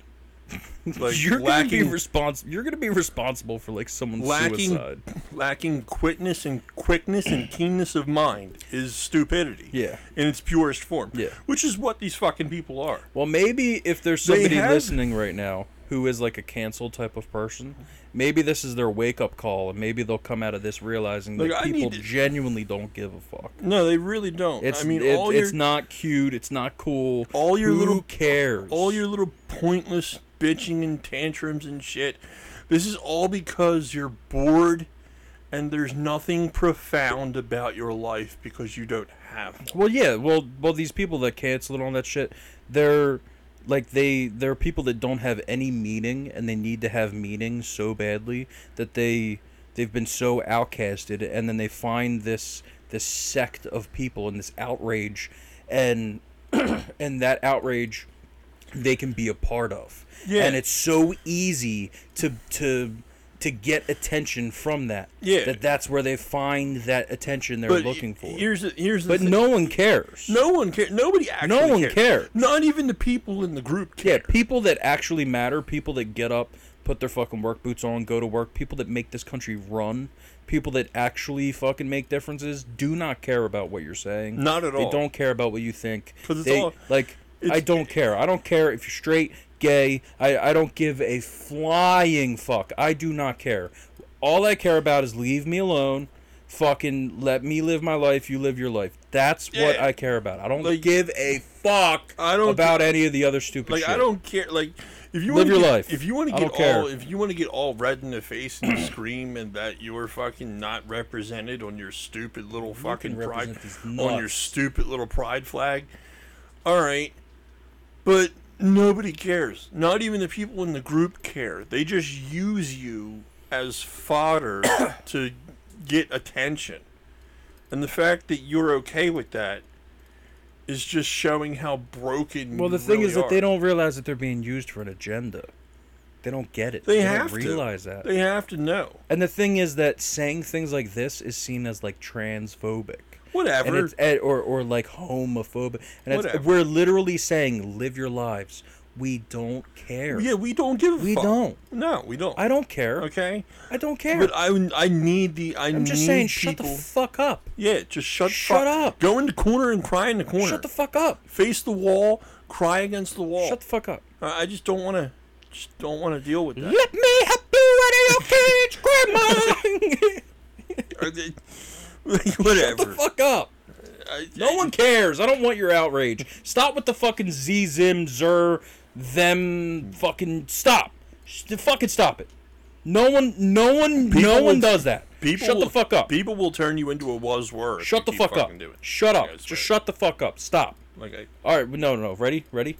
B: Like
A: you're
B: lacking
A: gonna be respons- You're gonna be responsible for like someone's
B: Lacking-
A: suicide.
B: lacking quickness and quickness and keenness of mind is stupidity.
A: Yeah.
B: In its purest form.
A: Yeah.
B: Which is what these fucking people are.
A: Well, maybe if there's somebody
B: have-
A: listening right now who is like a cancel type of person. Maybe this is their wake up call, and maybe they'll come out of this realizing
B: Like,
A: that
B: I
A: people
B: need to-
A: genuinely don't give a fuck.
B: No, they really don't.
A: It's
B: I mean,
A: it-
B: all your
A: it's not cute. It's not cool.
B: all your
A: who
B: little-
A: cares.
B: all your little pointless bitching and tantrums and shit. This is all because you're bored and there's nothing profound about your life because you don't have one.
A: Well, yeah. Well, well, these people that cancel and all that shit, they're like they they're people that don't have any meaning, and they need to have meaning so badly that they they've been so outcasted, and then they find this this sect of people and this outrage, and and that outrage they can be a part of.
B: Yeah.
A: And it's so easy to to to get attention from that.
B: Yeah.
A: That that's where they find that attention they're
B: But
A: looking
B: he-
A: for.
B: Here's the, here's the
A: But
B: thing.
A: no one cares.
B: no one cares. Nobody actually
A: No one
B: cares.
A: cares.
B: Not even the people in the group care.
A: Yeah, people that actually matter, people that get up, put their fucking work boots on, go to work, people that make this country run, people that actually fucking make differences do not care about what you're saying.
B: Not at all.
A: They don't care about what you think.
B: 'Cause it's
A: They-
B: all-
A: like I
B: it's-
A: don't care. I don't care if you're straight, gay. I I don't give a flying fuck. I do not care. All I care about is leave me alone. Fucking let me live my life. You live your life. That's what
B: Yeah.
A: I care about. I don't
B: Like-
A: give a fuck
B: I don't
A: about any of the other stupid
B: Like
A: shit.
B: I don't care. Like if you wanna
A: Live your
B: get-
A: life.
B: If you want
A: I
B: to get
A: don't care.
B: all, if you want to get all red in the face and scream and that you're fucking not represented on your stupid little fucking pride
A: represent these
B: on your
A: nuts.
B: stupid little pride flag. All right, but nobody cares. Not even the people in the group care. They just use you as fodder to get attention. And the fact that you're okay with that is just showing how broken.
A: Well,
B: you
A: the thing
B: really
A: is that
B: are.
A: they don't realize that they're being used for an agenda. They don't get it.
B: They,
A: don't
B: have to
A: realize that.
B: They have to know.
A: and the thing is that saying things like this is seen as like transphobic.
B: Whatever.
A: And it's and- or or like homophobic. And it's,
B: Whatever.
A: we're literally saying live your lives. We don't care.
B: yeah, we don't give a
A: We
B: fuck.
A: don't.
B: No, we don't.
A: I don't care.
B: okay.
A: I don't care.
B: But I, I need the. I
A: I'm just
B: need
A: saying shut
B: people.
A: the fuck up.
B: yeah, just shut. the
A: Shut
B: fuck-
A: up.
B: Go in the corner and cry in the corner. Oh.
A: Shut the fuck up.
B: Face the wall. Cry against the wall.
A: Shut the fuck up.
B: I I just don't want to. Just don't want to deal with that.
A: Let me help you out of your cage, grandma.
B: Or they- Whatever.
A: Shut the fuck up.
B: I-
A: No one cares. I don't want your outrage. Stop with the fucking z zim zer them fucking stop. Sh- Fucking stop it. No one, no one,
B: People
A: no one
B: will-
A: does that.
B: People
A: shut the
B: will-
A: fuck up.
B: People will turn you into a was word. if
A: shut the
B: you
A: fuck
B: keep
A: up.
B: fucking doing it.
A: Shut up.
B: Yeah, it's
A: Just
B: right.
A: shut the fuck up. Stop.
B: Like I,
A: All right. No, no, no. Ready? Ready?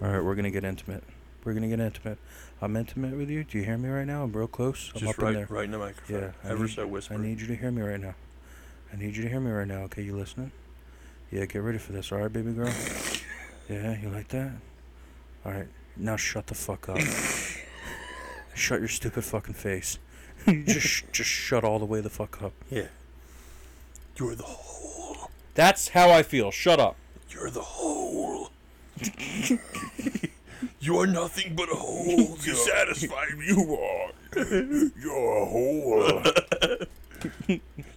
A: All right. We're gonna get intimate. We're gonna get intimate. I'm intimate with you. Do you hear me right now? I'm real close. I'm
B: just
A: up in there.
B: right, right in the microphone.
A: Yeah, I
B: Ever
A: need-
B: so whisper.
A: I need you to hear me right now. I need you to hear me right now. Okay, you listening? Yeah, get ready for this. All right, baby girl. yeah, you like that? All right, now shut the fuck up. shut your stupid fucking face. just, sh- just shut all the way the fuck up.
B: Yeah. You're the whole.
A: That's how I feel. Shut up.
B: You're the whole. you are nothing but a hole to satisfy you are.
C: You're a whore.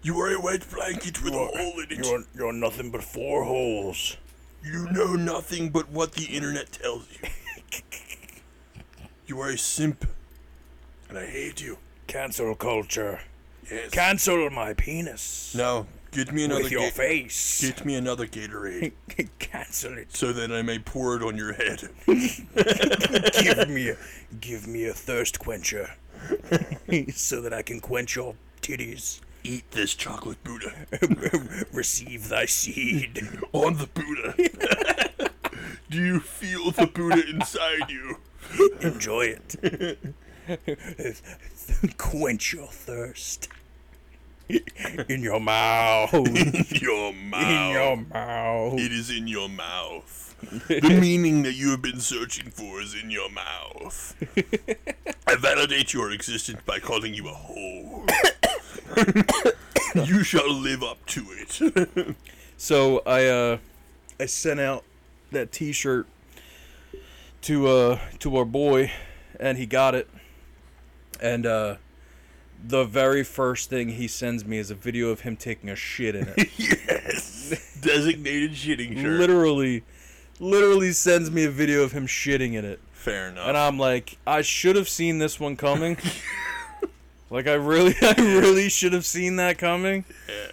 B: You are a wet blanket with a hole in it.
C: you're, you're nothing but four holes.
B: You know nothing but what the internet tells you. you are a simp. And I hate you.
C: Cancel culture.
B: Yes.
C: Cancel my penis
B: now, get me another
C: with your
B: ga-
C: face.
B: Get me another Gatorade
C: Cancel it.
B: so that I may pour it on your head.
C: Give me, a, give me a thirst quencher, so that I can quench your titties.
B: Eat this chocolate Buddha.
C: Receive thy seed.
B: on the Buddha. Do you feel the Buddha inside you?
C: Enjoy it. quench your thirst in your mouth. In
B: Your mouth.
C: your mouth.
B: It is in your mouth. the meaning that you have been searching for is in your mouth. I validate your existence by calling you a whore. you shall live up to it.
A: So I uh I sent out that T-shirt to uh to our boy, and he got it. And uh, the very first thing he sends me is a video of him taking a shit in it.
B: yes. Designated shitting shirt.
A: Literally, literally sends me a video of him shitting in it.
B: Fair enough.
A: and I'm like, I should have seen this one coming. like I really, I really should have seen that coming.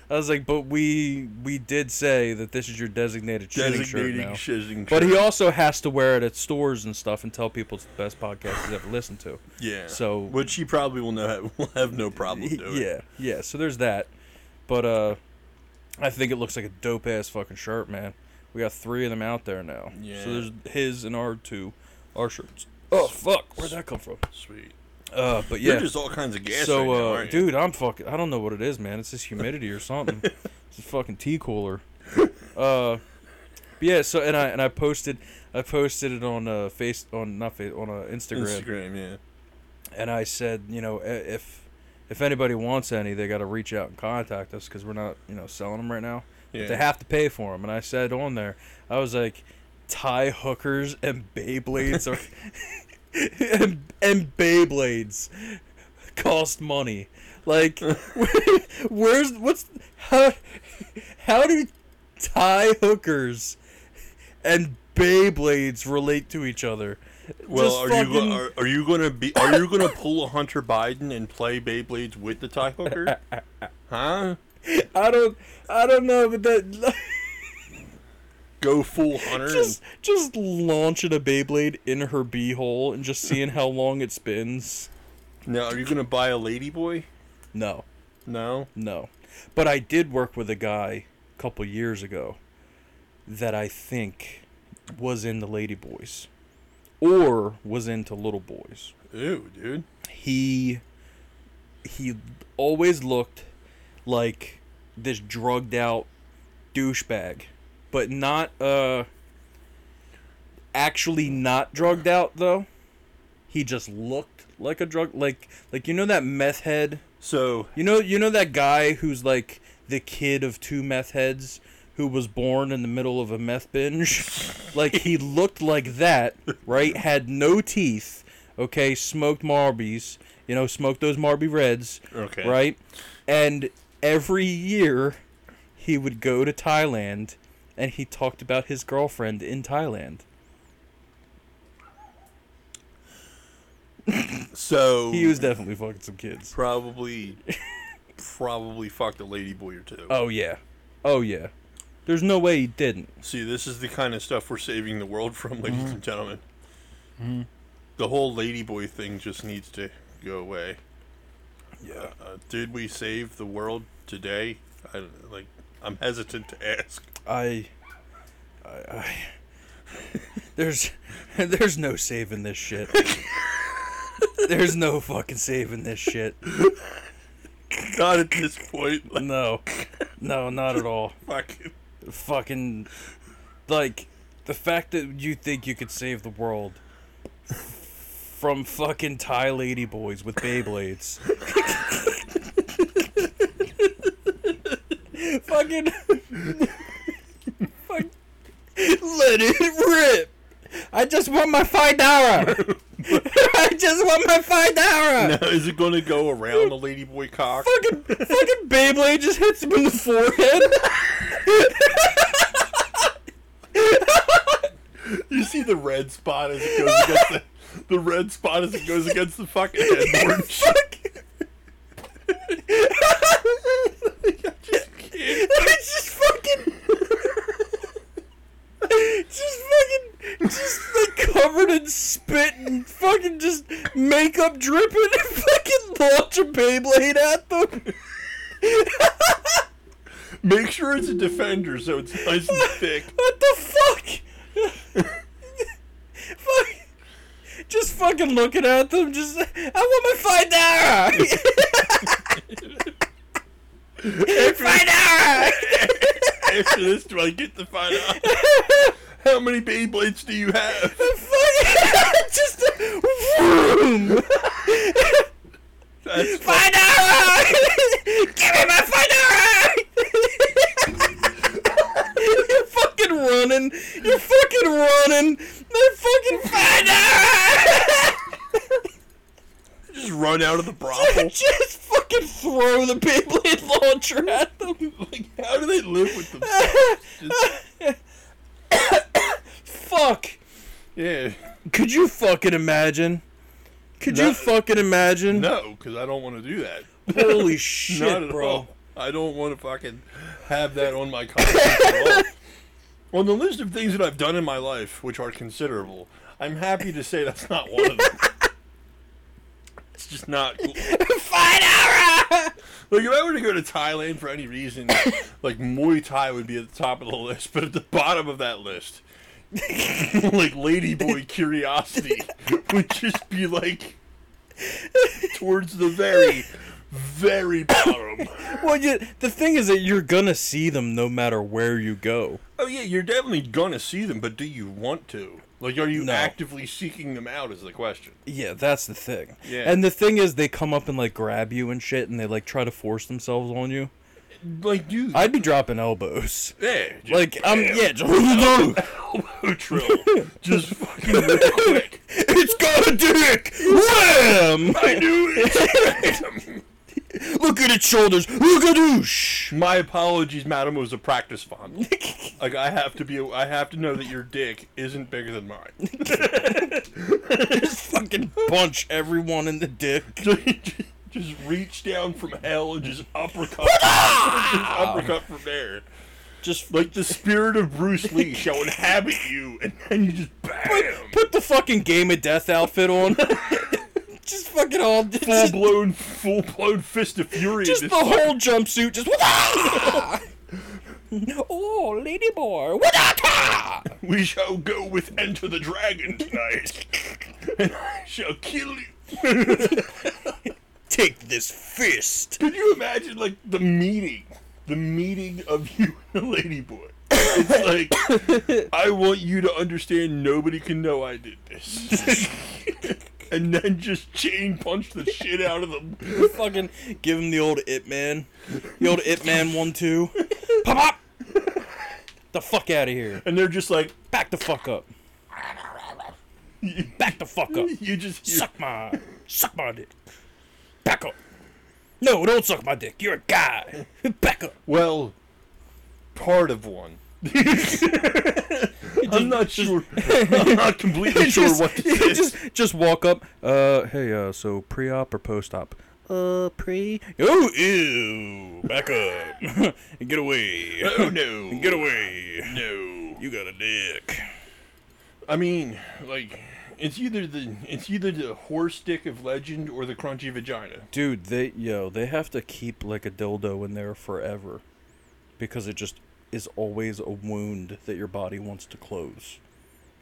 A: I was like, but we we did say that this is your designated shooting shirt
B: Designating
A: now.
B: shitting
A: but he
B: shirt.
A: also has to wear it at stores and stuff and tell people it's the best podcast he's ever listened to.
B: yeah.
A: so-
B: which he probably will know will have no problem doing.
A: yeah, yeah. So there's that. But uh, I think it looks like a dope ass fucking shirt, man. We got three of them out there now.
B: Yeah.
A: So there's his and our two, our shirts. Oh fuck, where'd that come from?
B: Sweet.
A: Uh, but
B: Yeah.
A: yeah.
B: You're just all kinds of gas.
A: so,
B: right now,
A: uh,
B: aren't you?
A: dude, I'm fucking. I don't know what it is, man. It's this humidity or something. It's a fucking tea cooler. Uh, but yeah. So and I and I posted, I posted it on uh face on not face on uh, Instagram,
B: Instagram, yeah.
A: and I said, you know, i- if if anybody wants any, they got to reach out and contact us because we're not, you know, selling them right now.
B: Yeah.
A: But they have to pay for them. And I said on there, I was like, tie hookers and Beyblades are and, and Beyblades cost money. Like, where's what's how how do tie hookers and Beyblades relate to each other?
B: Well,
A: Just
B: are you
A: fucking-
B: go- are, are you gonna be are you gonna pull a Hunter Biden and play Beyblades with the tie hooker? huh?
A: I don't I don't know, but that
B: Go full Hunter.
A: just just launching a Beyblade in her beehole and just seeing how long it spins.
B: and, now, are you gonna buy a lady boy?
A: No,
B: No.
A: no. But I did work with a guy a couple years ago that I think was into Lady Boys or was into Little Boys.
B: Ew, dude.
A: He he always looked like this drugged out douchebag, but not uh actually not drugged out though. He just looked like a drug like like you know that meth head.
B: So
A: You know you know that guy who's like the kid of two meth heads who was born in the middle of a meth binge. like he looked like that, right? Had no teeth. Okay, smoked Marbies. You know, smoked those Marby Reds
B: okay.
A: right? And every year he would go to Thailand and he talked about his girlfriend in Thailand.
B: So
A: He was definitely fucking some kids.
B: probably probably fucked a lady boy or two.
A: Oh yeah. Oh yeah. There's no way he didn't.
B: See, this is the kind of stuff we're saving the world from, ladies
A: Mm-hmm.
B: and gentlemen. The whole lady boy thing just needs to go away.
A: Yeah.
B: Uh, did we save the world today? I, like, I'm hesitant to ask.
A: I I, I There's there's no saving this shit. there's no fucking saving this shit.
B: Not at this point. Like,
A: No. No, not at all.
B: fucking.
A: fucking like the fact that you think you could save the world from fucking Thai lady boys with Beyblades. fucking fuck, let it rip. I just want my five dollar. I just want my five dollar.
B: Now, is it going to go around the lady boy cock?
A: Fucking fucking Beyblade just hits him in the forehead.
B: You see the red spot as it goes against the. The red spot as it goes against the fucking headboard. I just can't.
A: It's just fucking. just fucking. Just like covered in spit and fucking just makeup dripping and fucking launch a Beyblade at them.
B: Make sure it's a defender so it's nice and thick.
A: What the fuck? fuck. Just fucking looking at them. Just. I want my five dollar! five dollar!
B: After this, do I get to find out how many Beyblades do you have?
A: Fuck! just. Vroom!
B: That's fu-
A: Fedora! Give me my Fedora! You're fucking running. You're fucking running. They're fucking Fedora!
B: just run out of the brothel.
A: Just fucking throw the Beyblade launcher at them.
B: Like, how do they live with them?
A: Fuck.
B: Yeah,
A: Could you fucking imagine? Could you
B: No.
A: fucking imagine?
B: No, because I don't want to do that.
A: Holy
B: Not
A: shit,
B: at
A: bro.
B: all. I don't want to fucking have that on my conscience at all. On the list of things that I've done in my life, which are considerable, I'm happy to say that's not one of them. it's just not cool.
A: Fine hour.
B: Like, if I were to go to Thailand for any reason, like, Muay Thai would be at the top of the list, but at the bottom of that list, like, Ladyboy Curiosity would just be, like, towards the very, very bottom.
A: Well, you, the thing is that you're gonna see them no matter where you go.
B: Oh yeah, you're definitely gonna see them, but do you want to? Like, are you
A: No.
B: actively seeking them out? Is the question.
A: Yeah, that's the thing.
B: Yeah.
A: And the thing is, they come up and like grab you and shit, and they like try to force themselves on you.
B: Like, dude,
A: I'd be dropping elbows.
B: yeah, just
A: Like, I'm
B: bam,
A: yeah. Just,
B: elbow drill, just fucking real quick.
A: it's got a dick. Wham!
B: I knew it.
A: Look at its shoulders. Look at douche.
B: My apologies, madam. It was a practice font. Like, I have to be. I have to know that your dick isn't bigger than mine.
A: Fucking punch everyone in the dick.
B: just reach down from hell and just uppercut. just uppercut from there.
A: Just
B: Like the spirit of Bruce Lee shall inhabit you, and then you just bam,
A: put the fucking game of death outfit on. just fucking all
B: full
A: just,
B: blown, full blown fist of fury.
A: just the
B: Just
A: whole jumpsuit. Just oh, lady boy.
B: we shall go with Enter the Dragon tonight, and I shall kill you.
C: Take this fist.
B: Could you imagine like the meeting, the meeting of you and the lady boy? It's like I want you to understand nobody can know I did this, and then just chain punch the shit out of them.
A: fucking give him the old it man, the old it man one two. Pop pop. The fuck out of here.
B: and they're just like
A: Back the fuck up. Back the fuck up.
B: you just hear,
A: Suck my, suck my dick. Back up. No, don't suck my dick. You're a guy. Back up.
B: well part of one i'm not sure i'm not completely sure
A: just,
B: what this is
A: just just walk up. Uh, hey, uh, so pre-op or post-op? Uh, pre. Oh, ew! Back up. Get away.
B: oh no
A: Get away.
B: no
A: You got a dick.
B: i mean like it's either the it's either the horse dick of legend or the crunchy vagina
A: Dude, they yo, they have to keep like a dildo in there forever, because it just is always a wound that your body wants to close.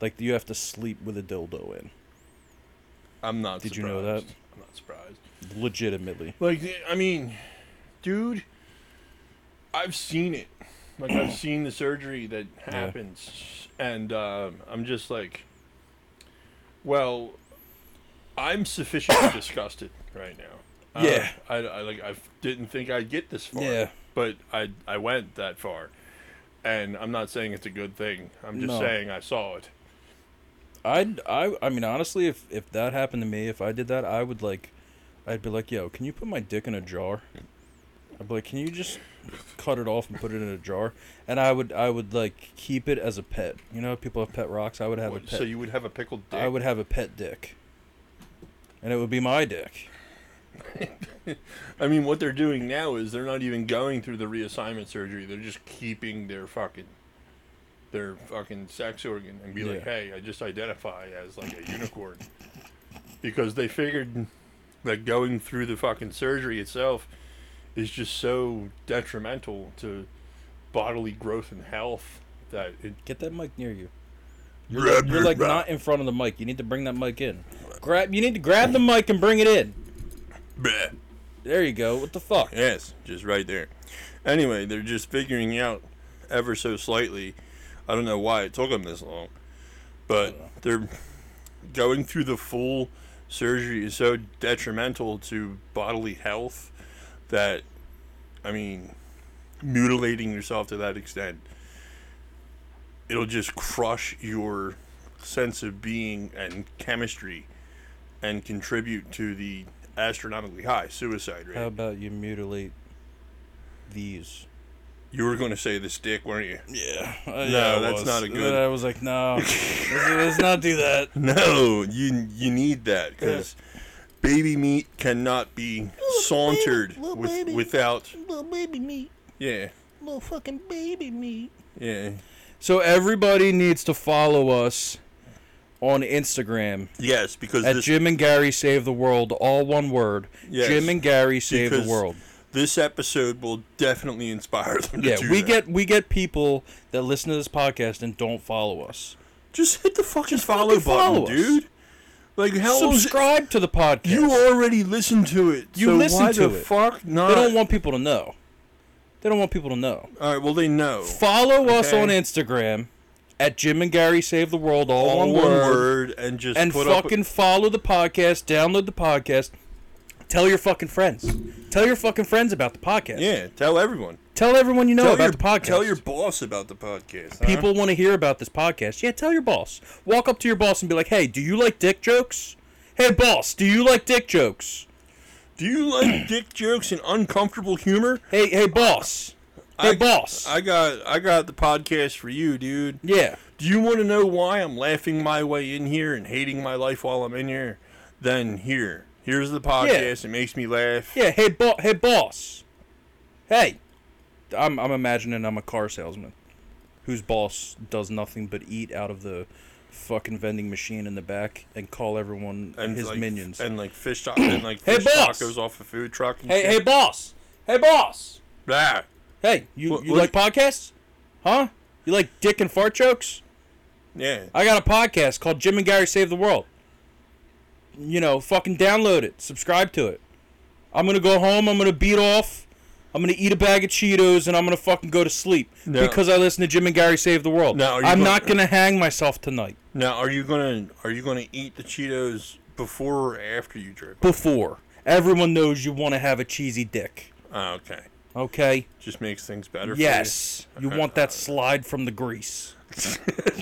A: Like you have to sleep with a dildo in,
B: i'm not
A: Did you
B: surprised.
A: know that?
B: i'm not surprised
A: legitimately.
B: like i mean dude i've seen it like i've seen the surgery that happens and um, i'm just like well i'm sufficiently disgusted right now
A: Yeah.
B: uh, I, I like i didn't think i'd get this far
A: Yeah.
B: but i i went that far and i'm not saying it's a good thing i'm just
A: No.
B: saying i saw it
A: I'd I I mean honestly, if if that happened to me, if I did that, I would like, I'd be like, yo, can you put my dick in a jar? I'd be like, can you just cut it off and put it in a jar? And I would I would like keep it as a pet. You know, how people have pet rocks. I would have a
B: What,
A: pet.
B: so you would have a pickled dick
A: I would have a pet dick, and it would be my dick.
B: I mean, what they're doing now is they're not even going through the reassignment surgery. They're just keeping their fucking their fucking sex organ and be like,
A: Yeah.
B: "Hey, I just identify as like a unicorn," because they figured that going through the fucking surgery itself is just so detrimental to bodily growth and health that it.
A: Get that mic near you. You're, like- you're, like not in front of the mic. You need to bring that mic in. Grab. You need to grab the mic and bring it in. There you go. What the fuck?
B: Yes, just right there. Anyway, they're just figuring out ever so slightly. I don't know why it took them this long, but they're going through the full surgery is so detrimental to bodily health that, I mean, mutilating yourself to that extent, it'll just crush your sense of being and chemistry and contribute to the astronomically high suicide rate.
A: How about you mutilate these?
B: You were going to say this dick, weren't you?
A: Yeah.
B: No, I that's was. not a good-
A: I was like, no, let's, let's not do that.
B: No, you you need that because baby meat cannot be sauntered
D: baby, little
B: with,
D: baby.
B: without.
D: Little baby meat.
B: Yeah,
D: Little fucking baby meat.
B: yeah.
A: So everybody needs to follow us on Instagram
B: Yes, because
A: at
B: this
A: Jim and Gary Save the World, all one word.
B: Yes.
A: Jim and Gary Save
B: because
A: the World.
B: This episode will definitely inspire them. To
A: Yeah,
B: do
A: we
B: that.
A: get we get people that listen to this podcast and don't follow us.
B: just hit the fucking follow
A: fucking
B: button,
A: follow us.
B: dude. Like how long? is it-
A: Subscribe to the podcast.
B: You already listened to it.
A: You
B: so
A: listened
B: why
A: to
B: the
A: it.
B: Fuck not.
A: they don't want people to know. They don't want people to know.
B: All right. Well, they know.
A: Follow us
B: Okay.
A: on Instagram at Jim and Gary Save the World, all,
B: All
A: one word.
B: and just
A: and
B: put
A: fucking follow the podcast, download the podcast, tell your fucking friends. Tell your fucking friends about the podcast.
B: Up, yeah, tell everyone.
A: Tell everyone you know
B: tell
A: about
B: your,
A: the podcast.
B: Tell your boss about the podcast. huh?
A: People want to hear about this podcast. Yeah, tell your boss. Walk up to your boss and be like, "Hey, do you like dick jokes? Hey, boss, do you like dick jokes?
B: Do you like dick jokes and uncomfortable humor?
A: Hey, hey, boss. Hey,
B: I-
A: boss.
B: I got I got the podcast for you, dude.
A: yeah,
B: Do you want to know why I'm laughing my way in here and hating my life while I'm in here? Then here, here's the podcast. It makes me laugh.
A: yeah. Hey, bo- hey, boss. Hey, I'm I'm imagining I'm a car salesman, whose boss does nothing but eat out of the fucking vending machine in the back and call everyone
B: And
A: his
B: like,
A: minions.
B: and like fish ta- and like
A: Hey,
B: fish
A: boss!
B: tacos off a food truck. And
A: hey,
B: shit.
A: hey, boss. Hey, boss.
B: Blah.
A: Hey, you
B: What-
A: you
B: what-
A: like podcasts? Huh? You like dick and fart jokes?
B: Yeah.
A: I got a podcast called Jim and Gary Save the World. You know, fucking download it, subscribe to it. I'm gonna go home, I'm gonna beat off, I'm gonna eat a bag of Cheetos, and I'm gonna fucking go to sleep
B: No.
A: because I listen to Jim and Gary Save the World.
B: No, are you
A: I'm
B: gonna-
A: not gonna hang myself tonight.
B: Now, are you gonna are you gonna eat the Cheetos before or after you jerk?
A: Before everyone knows you want to have a cheesy dick,
B: Oh, okay.
A: okay?
B: Just makes things better. for you.
A: Yes, you want that slide from the grease.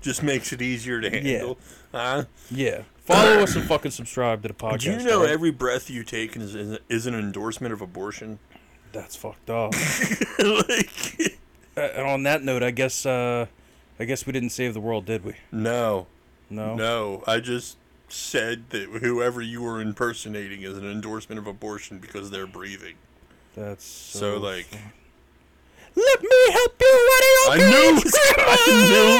B: Just makes it easier to handle. Huh?
A: Yeah, follow us and fucking subscribe to the podcast.
B: Do you know
A: alright?
B: every breath you take is, is, is an endorsement of abortion?
A: that's fucked up.
B: like,
A: Uh, and on that note, I guess uh, I guess we didn't save the world, did we?
B: no,
A: No.
B: no. I just said that whoever you were impersonating is an endorsement of abortion because they're breathing.
A: That's so,
B: So, like,
A: Let me help you. What are you
B: I knew. I knew